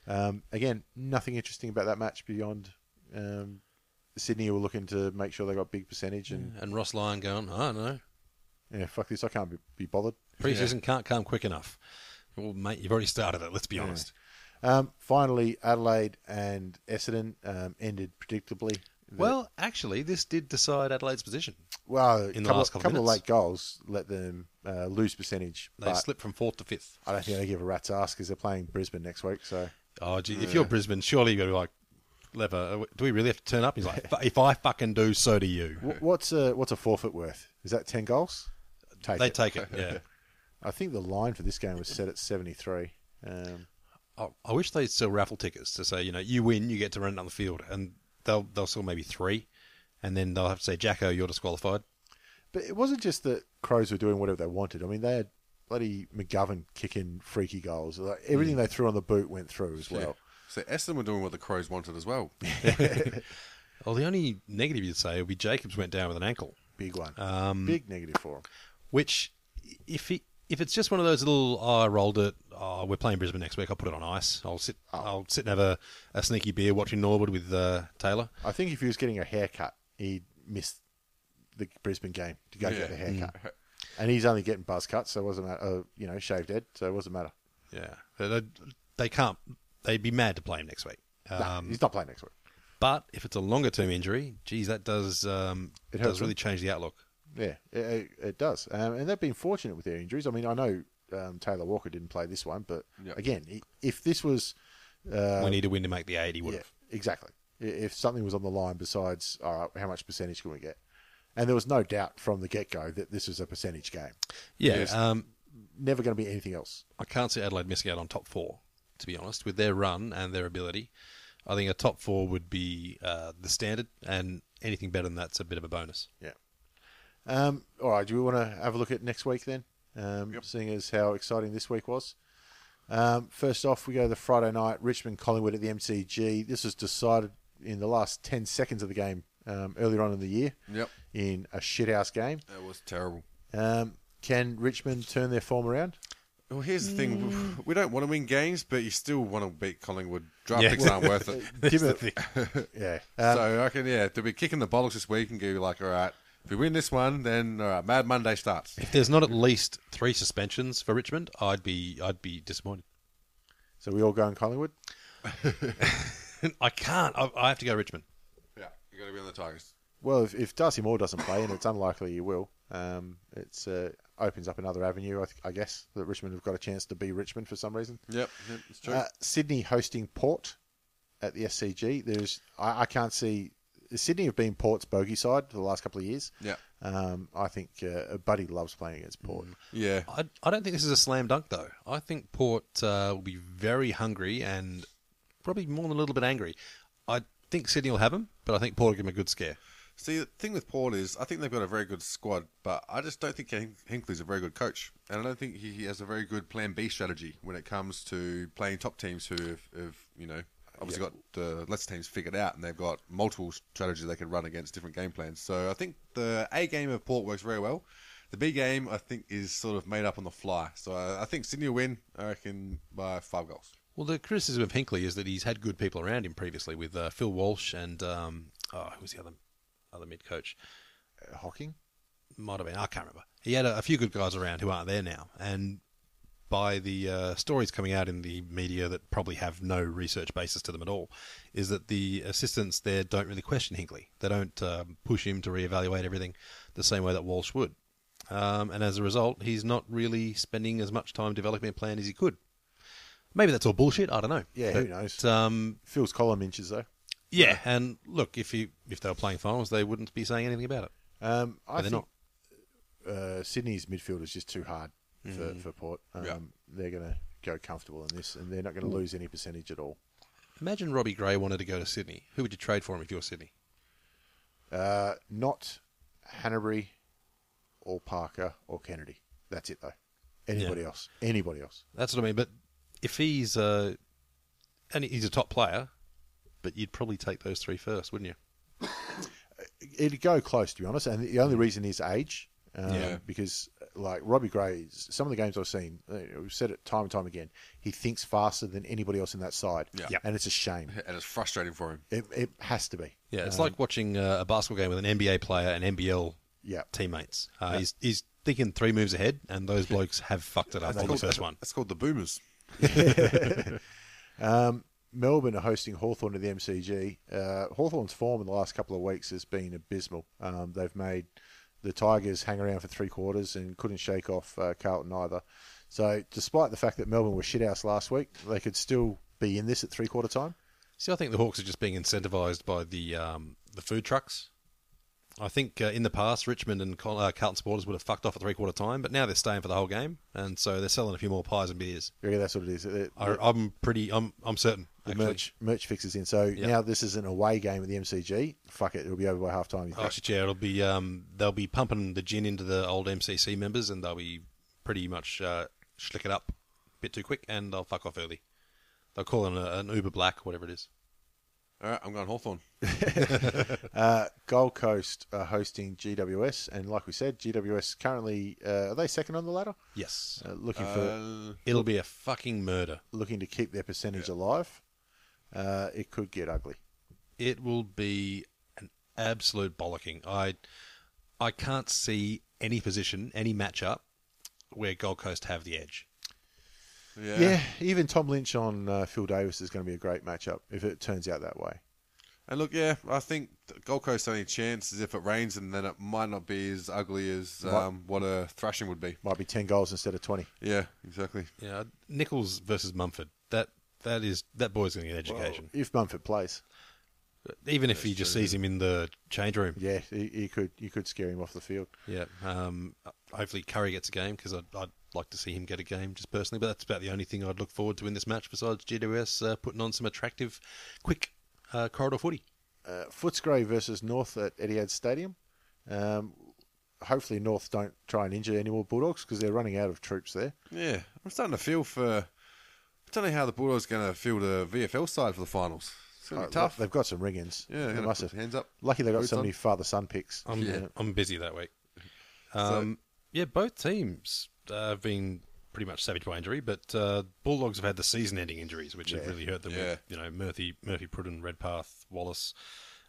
C: Um, again, nothing interesting about that match beyond um, Sydney were looking to make sure they got big percentage and
D: And Ross Lyon going, I don't know.
C: yeah, fuck this, I can't be, be bothered.
D: Preseason can't come quick enough. Well, mate, you've already started it. Let's be honest.
C: Um, finally, Adelaide and Essendon um, ended predictably.
D: Well, actually, this did decide Adelaide's position.
C: Well,
D: In the
C: couple,
D: last
C: couple,
D: couple
C: of
D: minutes.
C: late goals let them uh, lose percentage.
D: They
C: but
D: slipped from fourth to fifth.
C: I don't think they give a rat's ass because they're playing Brisbane next week. So
D: Oh, gee, if you're Brisbane, surely you've got to be like, Lever, uh, do we really have to turn up? He's like, "Fu- if I fucking do, so do you.
C: Wh- what's a what's a forfeit worth? Is that ten goals? Take
D: They
C: it.
D: take it, yeah.
C: I think the line for this game was set at seventy three. Um,
D: I, I wish they'd sell raffle tickets to say, you know, you win, you get to run it down the field. And they'll, they'll sell maybe three. And then they'll have to say, Jacko, you're disqualified.
C: But it wasn't just that Crows were doing whatever they wanted. I mean, they had bloody McGovern kicking freaky goals. Like, everything they threw on the boot went through as well.
E: So Essendon were doing what the Crows wanted as well.
D: Well, the only negative you'd say would be Jacobs went down with an ankle,
C: Big one. Big negative for them.
D: which if he. If it's just one of those little, oh, I rolled it. Oh, we're playing Brisbane next week. I'll put it on ice. I'll sit.
C: Oh.
D: I'll sit and have a, a sneaky beer watching Norwood with uh, Taylor.
C: I think if he was getting a haircut, he'd miss the Brisbane game to go get the haircut. And he's only getting buzz cuts, so it wasn't matter. Uh, you know, shaved head, so it wasn't matter.
D: Yeah, they, they, they can't. They'd be mad to play him next week.
C: Nah,
D: Um,
C: he's not playing next week.
D: but if it's a longer term injury, geez, that does um,
C: It hurts
D: does really
C: them.
D: change the outlook.
C: Yeah, it, it, it does. Um, and they've been fortunate with their injuries. I mean, I know um, Taylor Walker didn't play this one, but
E: Yeah.
C: again, i- if this was
D: we need a win to make the eighty. Would
C: Uh, Yeah,
D: have.
C: exactly. I- If something was on the line besides, all right, how much percentage can we get? And there was no doubt from the get go that this was a percentage game.
D: yeah. Um,
C: Never going to be anything else.
D: I can't see Adelaide missing out on top four. To be honest, with their run and their ability, I think a top four would be uh, the standard, and anything better than that's a bit of a bonus.
C: Yeah. Um, all right. Do we want to have a look at next week then? Um, Seeing as how exciting this week was. Um, first off, we go to the Friday night Richmond Collingwood at the MCG. This was decided in the last 10 seconds of the game um, earlier on in the year
E: Yep.
C: in a shithouse game.
E: That was terrible.
C: Um, can Richmond turn their form around?
E: Well, here's the thing:
C: Mm.
E: [sighs] we- we don't want to win games, but you still want to beat Collingwood. Draft
D: Yeah.
E: picks aren't worth it.
C: [laughs] Give it, yeah. Um,
E: so I reckon, yeah, they'll be kicking the bollocks this week and go like, all right, if we win this one, then all right, Mad
C: [laughs]
E: Monday starts.
D: If there's not at least three suspensions for Richmond, I'd be I'd be disappointed. [laughs]
C: So we all go in Collingwood.
D: I can't. I, I have to go Richmond.
E: Yeah, you got to be on the Tigers.
C: Well, if, if Darcy Moore doesn't play, and it's unlikely he will, um, it's uh, opens up another avenue. I, th- I guess that Richmond have got a chance to be Richmond for some reason.
E: Yep, yep it's true.
C: Uh, Sydney hosting Port at the SCG. There's I, I can't see Sydney have been Port's bogey side for the last couple of years.
E: Yeah. Mm.
C: Um, I think uh, Buddy loves playing against Port.
E: yeah,
D: I, I don't think this is a slam dunk, though. I think Port uh, will be very hungry and probably more than a little bit angry. I think Sydney will have him, but I think Port will give him a good scare.
E: See, the thing with Port is, I think they've got a very good squad, but I just don't think Hin- Hinkley's a very good coach, and I don't think he, he has a very good Plan B strategy when it comes to playing top teams who have, have you know, obviously got uh, less teams figured out, and they've got multiple strategies they can run against different game plans. So I think the A game of Port works very well. The B game, I think, is sort of made up on the fly. So I, I think Sydney will win. I reckon by five goals.
D: Well, the criticism of Hinkley is that he's had good people around him previously with uh, Phil Walsh and um, oh, who was the other other mid coach?
C: Uh, Hocking.
D: Might have been I can't remember. He had a, a few good guys around who aren't there now, and by the uh, stories coming out in the media that probably have no research basis to them at all, is that the assistants there don't really question Hinkley. They don't um, push him to reevaluate everything the same way that Walsh would. Um, and as a result, he's not really spending as much time developing a plan as he could. Maybe that's all bullshit. I don't know.
C: Yeah, who knows?
D: Um,
C: Phil's column inches though.
D: yeah, and look, if you if they were playing finals, they wouldn't be saying anything about it.
C: Um, I
D: they're
C: think Uh, Sydney's midfield is just too hard for, for Port. Um,
E: Mm-hmm. Yeah.
C: They're going to go comfortable in this, and they're not going to lose any percentage at all.
D: Imagine Robbie Gray wanted to go to Sydney. Who would you trade for him if you're Sydney?
C: Uh, not Hanbury or Parker or Kennedy. That's it though. Anybody else? Anybody else?
D: That's what I mean. But if he's uh, and he's a top player, but you'd probably take those three first, wouldn't you?
C: It'd go close to be honest, and the only reason is age. Um,
E: Mm. Yeah.
C: Because like Robbie Gray, some of the games I've seen, uh, we've said it time and time again. He thinks faster than anybody else in that side,
E: Yeah. Yeah.
C: and it's a shame.
E: And it's frustrating for him.
C: It, it has to be.
D: Yeah, it's like watching uh, a basketball game with an NBA player and NBL
C: Yeah.
D: teammates. Uh, He's he's thinking three moves ahead, and [laughs] those blokes have fucked it up on the first one.
E: That's called the Boomers.
C: Melbourne are hosting Hawthorn at the MCG. Uh, Hawthorn's form in the last couple of weeks has been abysmal. Um, they've made the Tigers hang around for three quarters and couldn't shake off uh, Carlton either. So, despite the fact that Melbourne were shithouse last week, they could still be in this at three quarter time.
D: See, I think the Hawks are just being incentivised by the um, the food trucks. I think uh, in the past, Richmond and Col- uh, Carlton supporters would have fucked off at three quarter time, but now they're staying for the whole game, and so they're selling a few more pies and beers.
C: You reckon that's what it is? It-
D: I, I'm pretty, I'm, I'm certain.
C: the
D: Oh, actually.
C: merch, merch fixes in. So now this is an away game at the MCG. Fuck it, it'll be over by half time. You
D: Oh
C: think.
D: shit, yeah, it'll be um, they'll be pumping the gin into the old MCC members, and they'll be pretty much uh, slick it up a bit too quick, and they'll fuck off early. They'll call in a, an Uber Black, whatever it is.
E: All right, I'm going Hawthorn.
C: Gold Coast are hosting GWS, and like we said, GWS currently uh, are they second on the ladder,
D: Yes,
C: uh, looking for
D: it'll be a fucking murder.
C: looking to keep their percentage alive. Uh, it could get ugly.
D: It will be an absolute bollocking. I, I can't see any position, any matchup where Gold Coast have the edge.
E: Yeah.
C: Yeah, even Tom Lynch on uh, Phil Davis is going to be a great matchup if it turns out that way.
E: And look, yeah, I think the Gold Coast's only chance is if it rains, and then it might not be as ugly as um, what a thrashing would be.
C: Might be ten goals instead of twenty.
E: Yeah, exactly.
D: Yeah, Nichols versus Mumford. That that is that boy's going to get education,
C: If Mumford plays,
D: even if he just sees him in the change room.
C: yeah, you, you could you could scare him off the field.
D: Yeah. Um, hopefully Curry gets a game because I'd, I'd like to see him get a game just personally. But that's about the only thing I'd look forward to in this match besides GWS uh, putting on some attractive, quick uh, corridor footy.
C: uh, Footscray versus North at Etihad Stadium. Um, hopefully, North don't try and injure any more Bulldogs because they're running out of troops there.
E: Yeah, I'm starting to feel for. I don't know how the Bulldogs going to feel the VFL side for the finals. It's going to
C: Uh,
E: be tough.
C: They've got some ring-ins.
E: Yeah,
C: they
E: gonna
C: must
E: put
C: have.
E: hands up,
C: Lucky they got
E: boots
C: so
E: on.
C: many father-son picks.
D: I'm
E: Yeah.
D: I'm busy that week. Um, yeah, both teams uh, have been pretty much savaged by injury, but uh, Bulldogs have had the season-ending injuries, which have really hurt them.
E: Yeah.
D: With, you know, Murphy, Murphy, Pruden, Redpath, Wallace,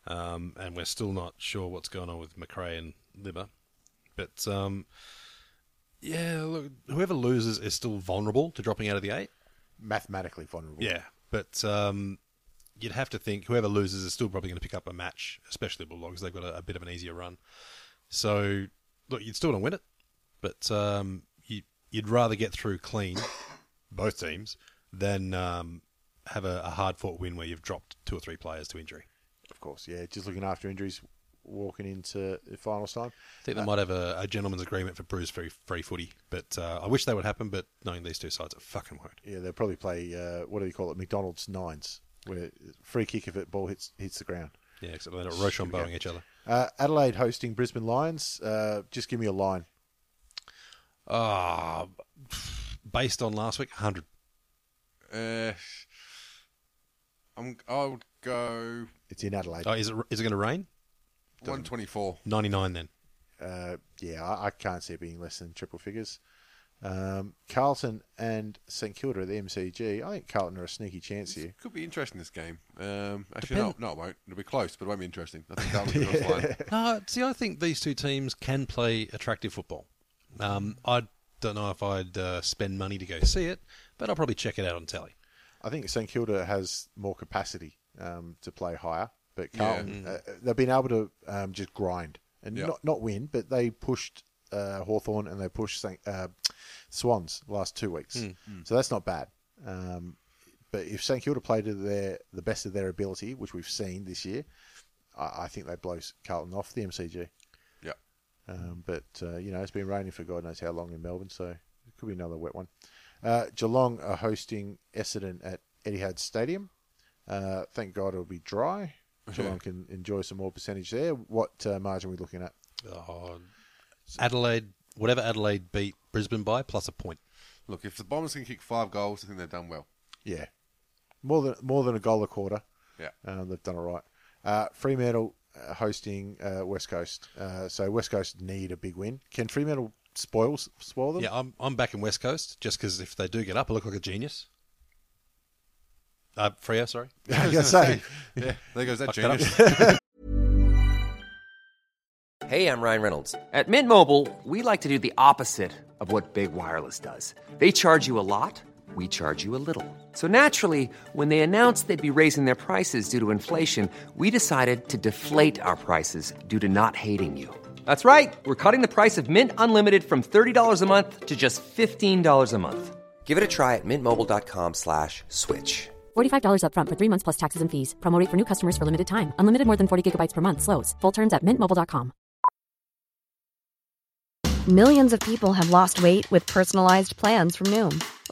D: um, and we're still not sure what's going on with McRae and Libba. But um, yeah, look, whoever loses is still vulnerable to dropping out of the eight.
C: Mathematically vulnerable.
D: Yeah, but um, you'd have to think whoever loses is still probably going to pick up a match, especially the Bulldogs. They've got a, a bit of an easier run. So, look, you'd still don't win it, but um, you, you'd rather get through clean, [coughs] both teams, than um, have a, a hard fought win where you've dropped two or three players to injury.
C: of course. Yeah, just looking after injuries, walking into the finals time.
D: I think they might have a, a gentleman's agreement for Bruce free, free footy, but uh, I wish they would happen, but knowing these two sides, it fucking won't.
C: Yeah, they'll probably play uh, what do you call it? McDonald's nines, where free kick if it ball hits hits the ground.
D: Yeah, except they're not Rochambeauing each other.
C: Uh, Adelaide hosting Brisbane Lions. Uh, just give me a line.
D: Ah, based on last week, 100.
E: Uh, I'm. I would go
C: It's in Adelaide.
D: Oh, is it is it going to rain?
E: 124.
D: Ninety nine then.
C: uh, yeah, I, I can't see it being less than triple figures. Um, Carlton and St Kilda at the MCG. I think Carlton are a sneaky chance here.
E: Could be interesting this game. Um, actually, no, no, it won't. It'll be close, but it won't be interesting.
C: [laughs]
E: I think that'll be the line.
D: No, Uh, see, I think these two teams can play attractive football. Um, I don't know if I'd uh, spend money to go see it, but I'll probably check it out on telly.
C: I think St Kilda has more capacity um, to play higher, but Carlton uh, they've been able to um, just grind and
E: Yeah.
C: not not win, but they pushed uh, Hawthorn and they pushed St, uh, Swans last two weeks, so that's not bad. Um, but if St Kilda played to their the best of their ability, which we've seen this year, I, I think they blow Carlton off the MCG.
E: Yeah.
C: Um, but uh, you know, it's been raining for God knows how long in Melbourne, so it could be another wet one. Uh, Geelong are hosting Essendon at Etihad Stadium. Uh, thank God it'll be dry. Geelong can enjoy some more percentage there. What uh, margin are we looking at?
D: Oh, Adelaide, whatever Adelaide beat Brisbane by, plus a point.
E: Look, if the Bombers can kick five goals, I think they've done well.
C: Yeah, more than more than a goal a quarter.
E: Yeah.
C: Um, they've done all right. Uh, Fremantle uh, hosting uh, West Coast. Uh, so West Coast need a big win. Can Fremantle spoil spoil them?
D: Yeah, I'm I'm back in West Coast just because if they do get up, I look like a genius. Uh, Freo, sorry.
C: [laughs] I gotta say.
E: Yeah, there goes that
D: Fucked that
E: genius.
F: Hey, I'm Ryan Reynolds. At Mint Mobile, we like to do the opposite of what Big Wireless does. They charge you a lot, we charge you a little. So naturally, when they announced they'd be raising their prices due to inflation, we decided to deflate our prices due to not hating you. That's right. We're cutting the price of Mint Unlimited from $30 a month to just $15 a month. Give it a try at mintmobile.com slash switch.
G: $45 upfront for three months plus taxes and fees. Promo rate for new customers for limited time. Unlimited more than 40 gigabytes per month. Slows. Full terms at mintmobile.com.
H: Millions of people have lost weight with personalized plans from Noom,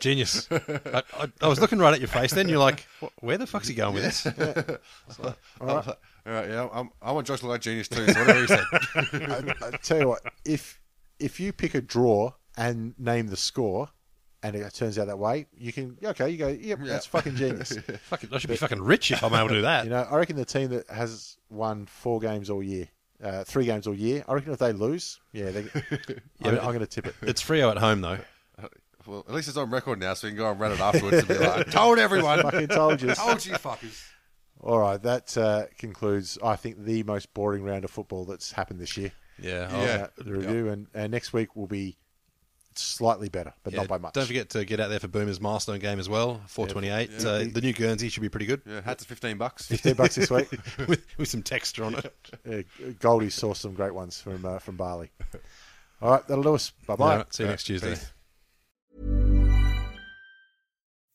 D: Genius. I, I, I was looking right at your face then. You're like, "Wh- where the fuck's he going with this?
E: All right, yeah, I'm, I want Josh to look like genius too. So whatever he said.
C: I,
E: [laughs]
C: I tell you what, if if you pick a draw and name the score, and it turns out that way, you can okay. You go, yep, that's fucking
D: [laughs]
C: genius.
D: fucking, I should be fucking rich if I'm able to do that.
C: You know, I reckon the team that has won four games all year, uh, three games all year, I reckon if they lose, yeah,
D: [laughs]
C: they, I'm, I'm going to tip it. [laughs]
D: It's Frio at home though.
E: Well, at least it's on record now, so we can go and run it afterwards and be like, told everyone.
C: Fucking told you.
E: told you fuckers.
C: All right, that uh, concludes, I think, the most boring round of football that's happened this year.
D: Yeah.
E: Yeah.
C: Uh, the review, and, and next week will be slightly better, but
D: Yeah,
C: not by much.
D: Don't forget to get out there for Boomer's milestone game as well. Four twenty-eight. Uh, the new Guernsey should be pretty good
E: Yeah, hats are 15 bucks.
C: Fifteen bucks this week.
D: [laughs] with, with some texture on it.
C: Uh, Goldie saw some great ones from uh, from Bali. All right, that'll do us. Bye bye.
D: All right, see you next Tuesday.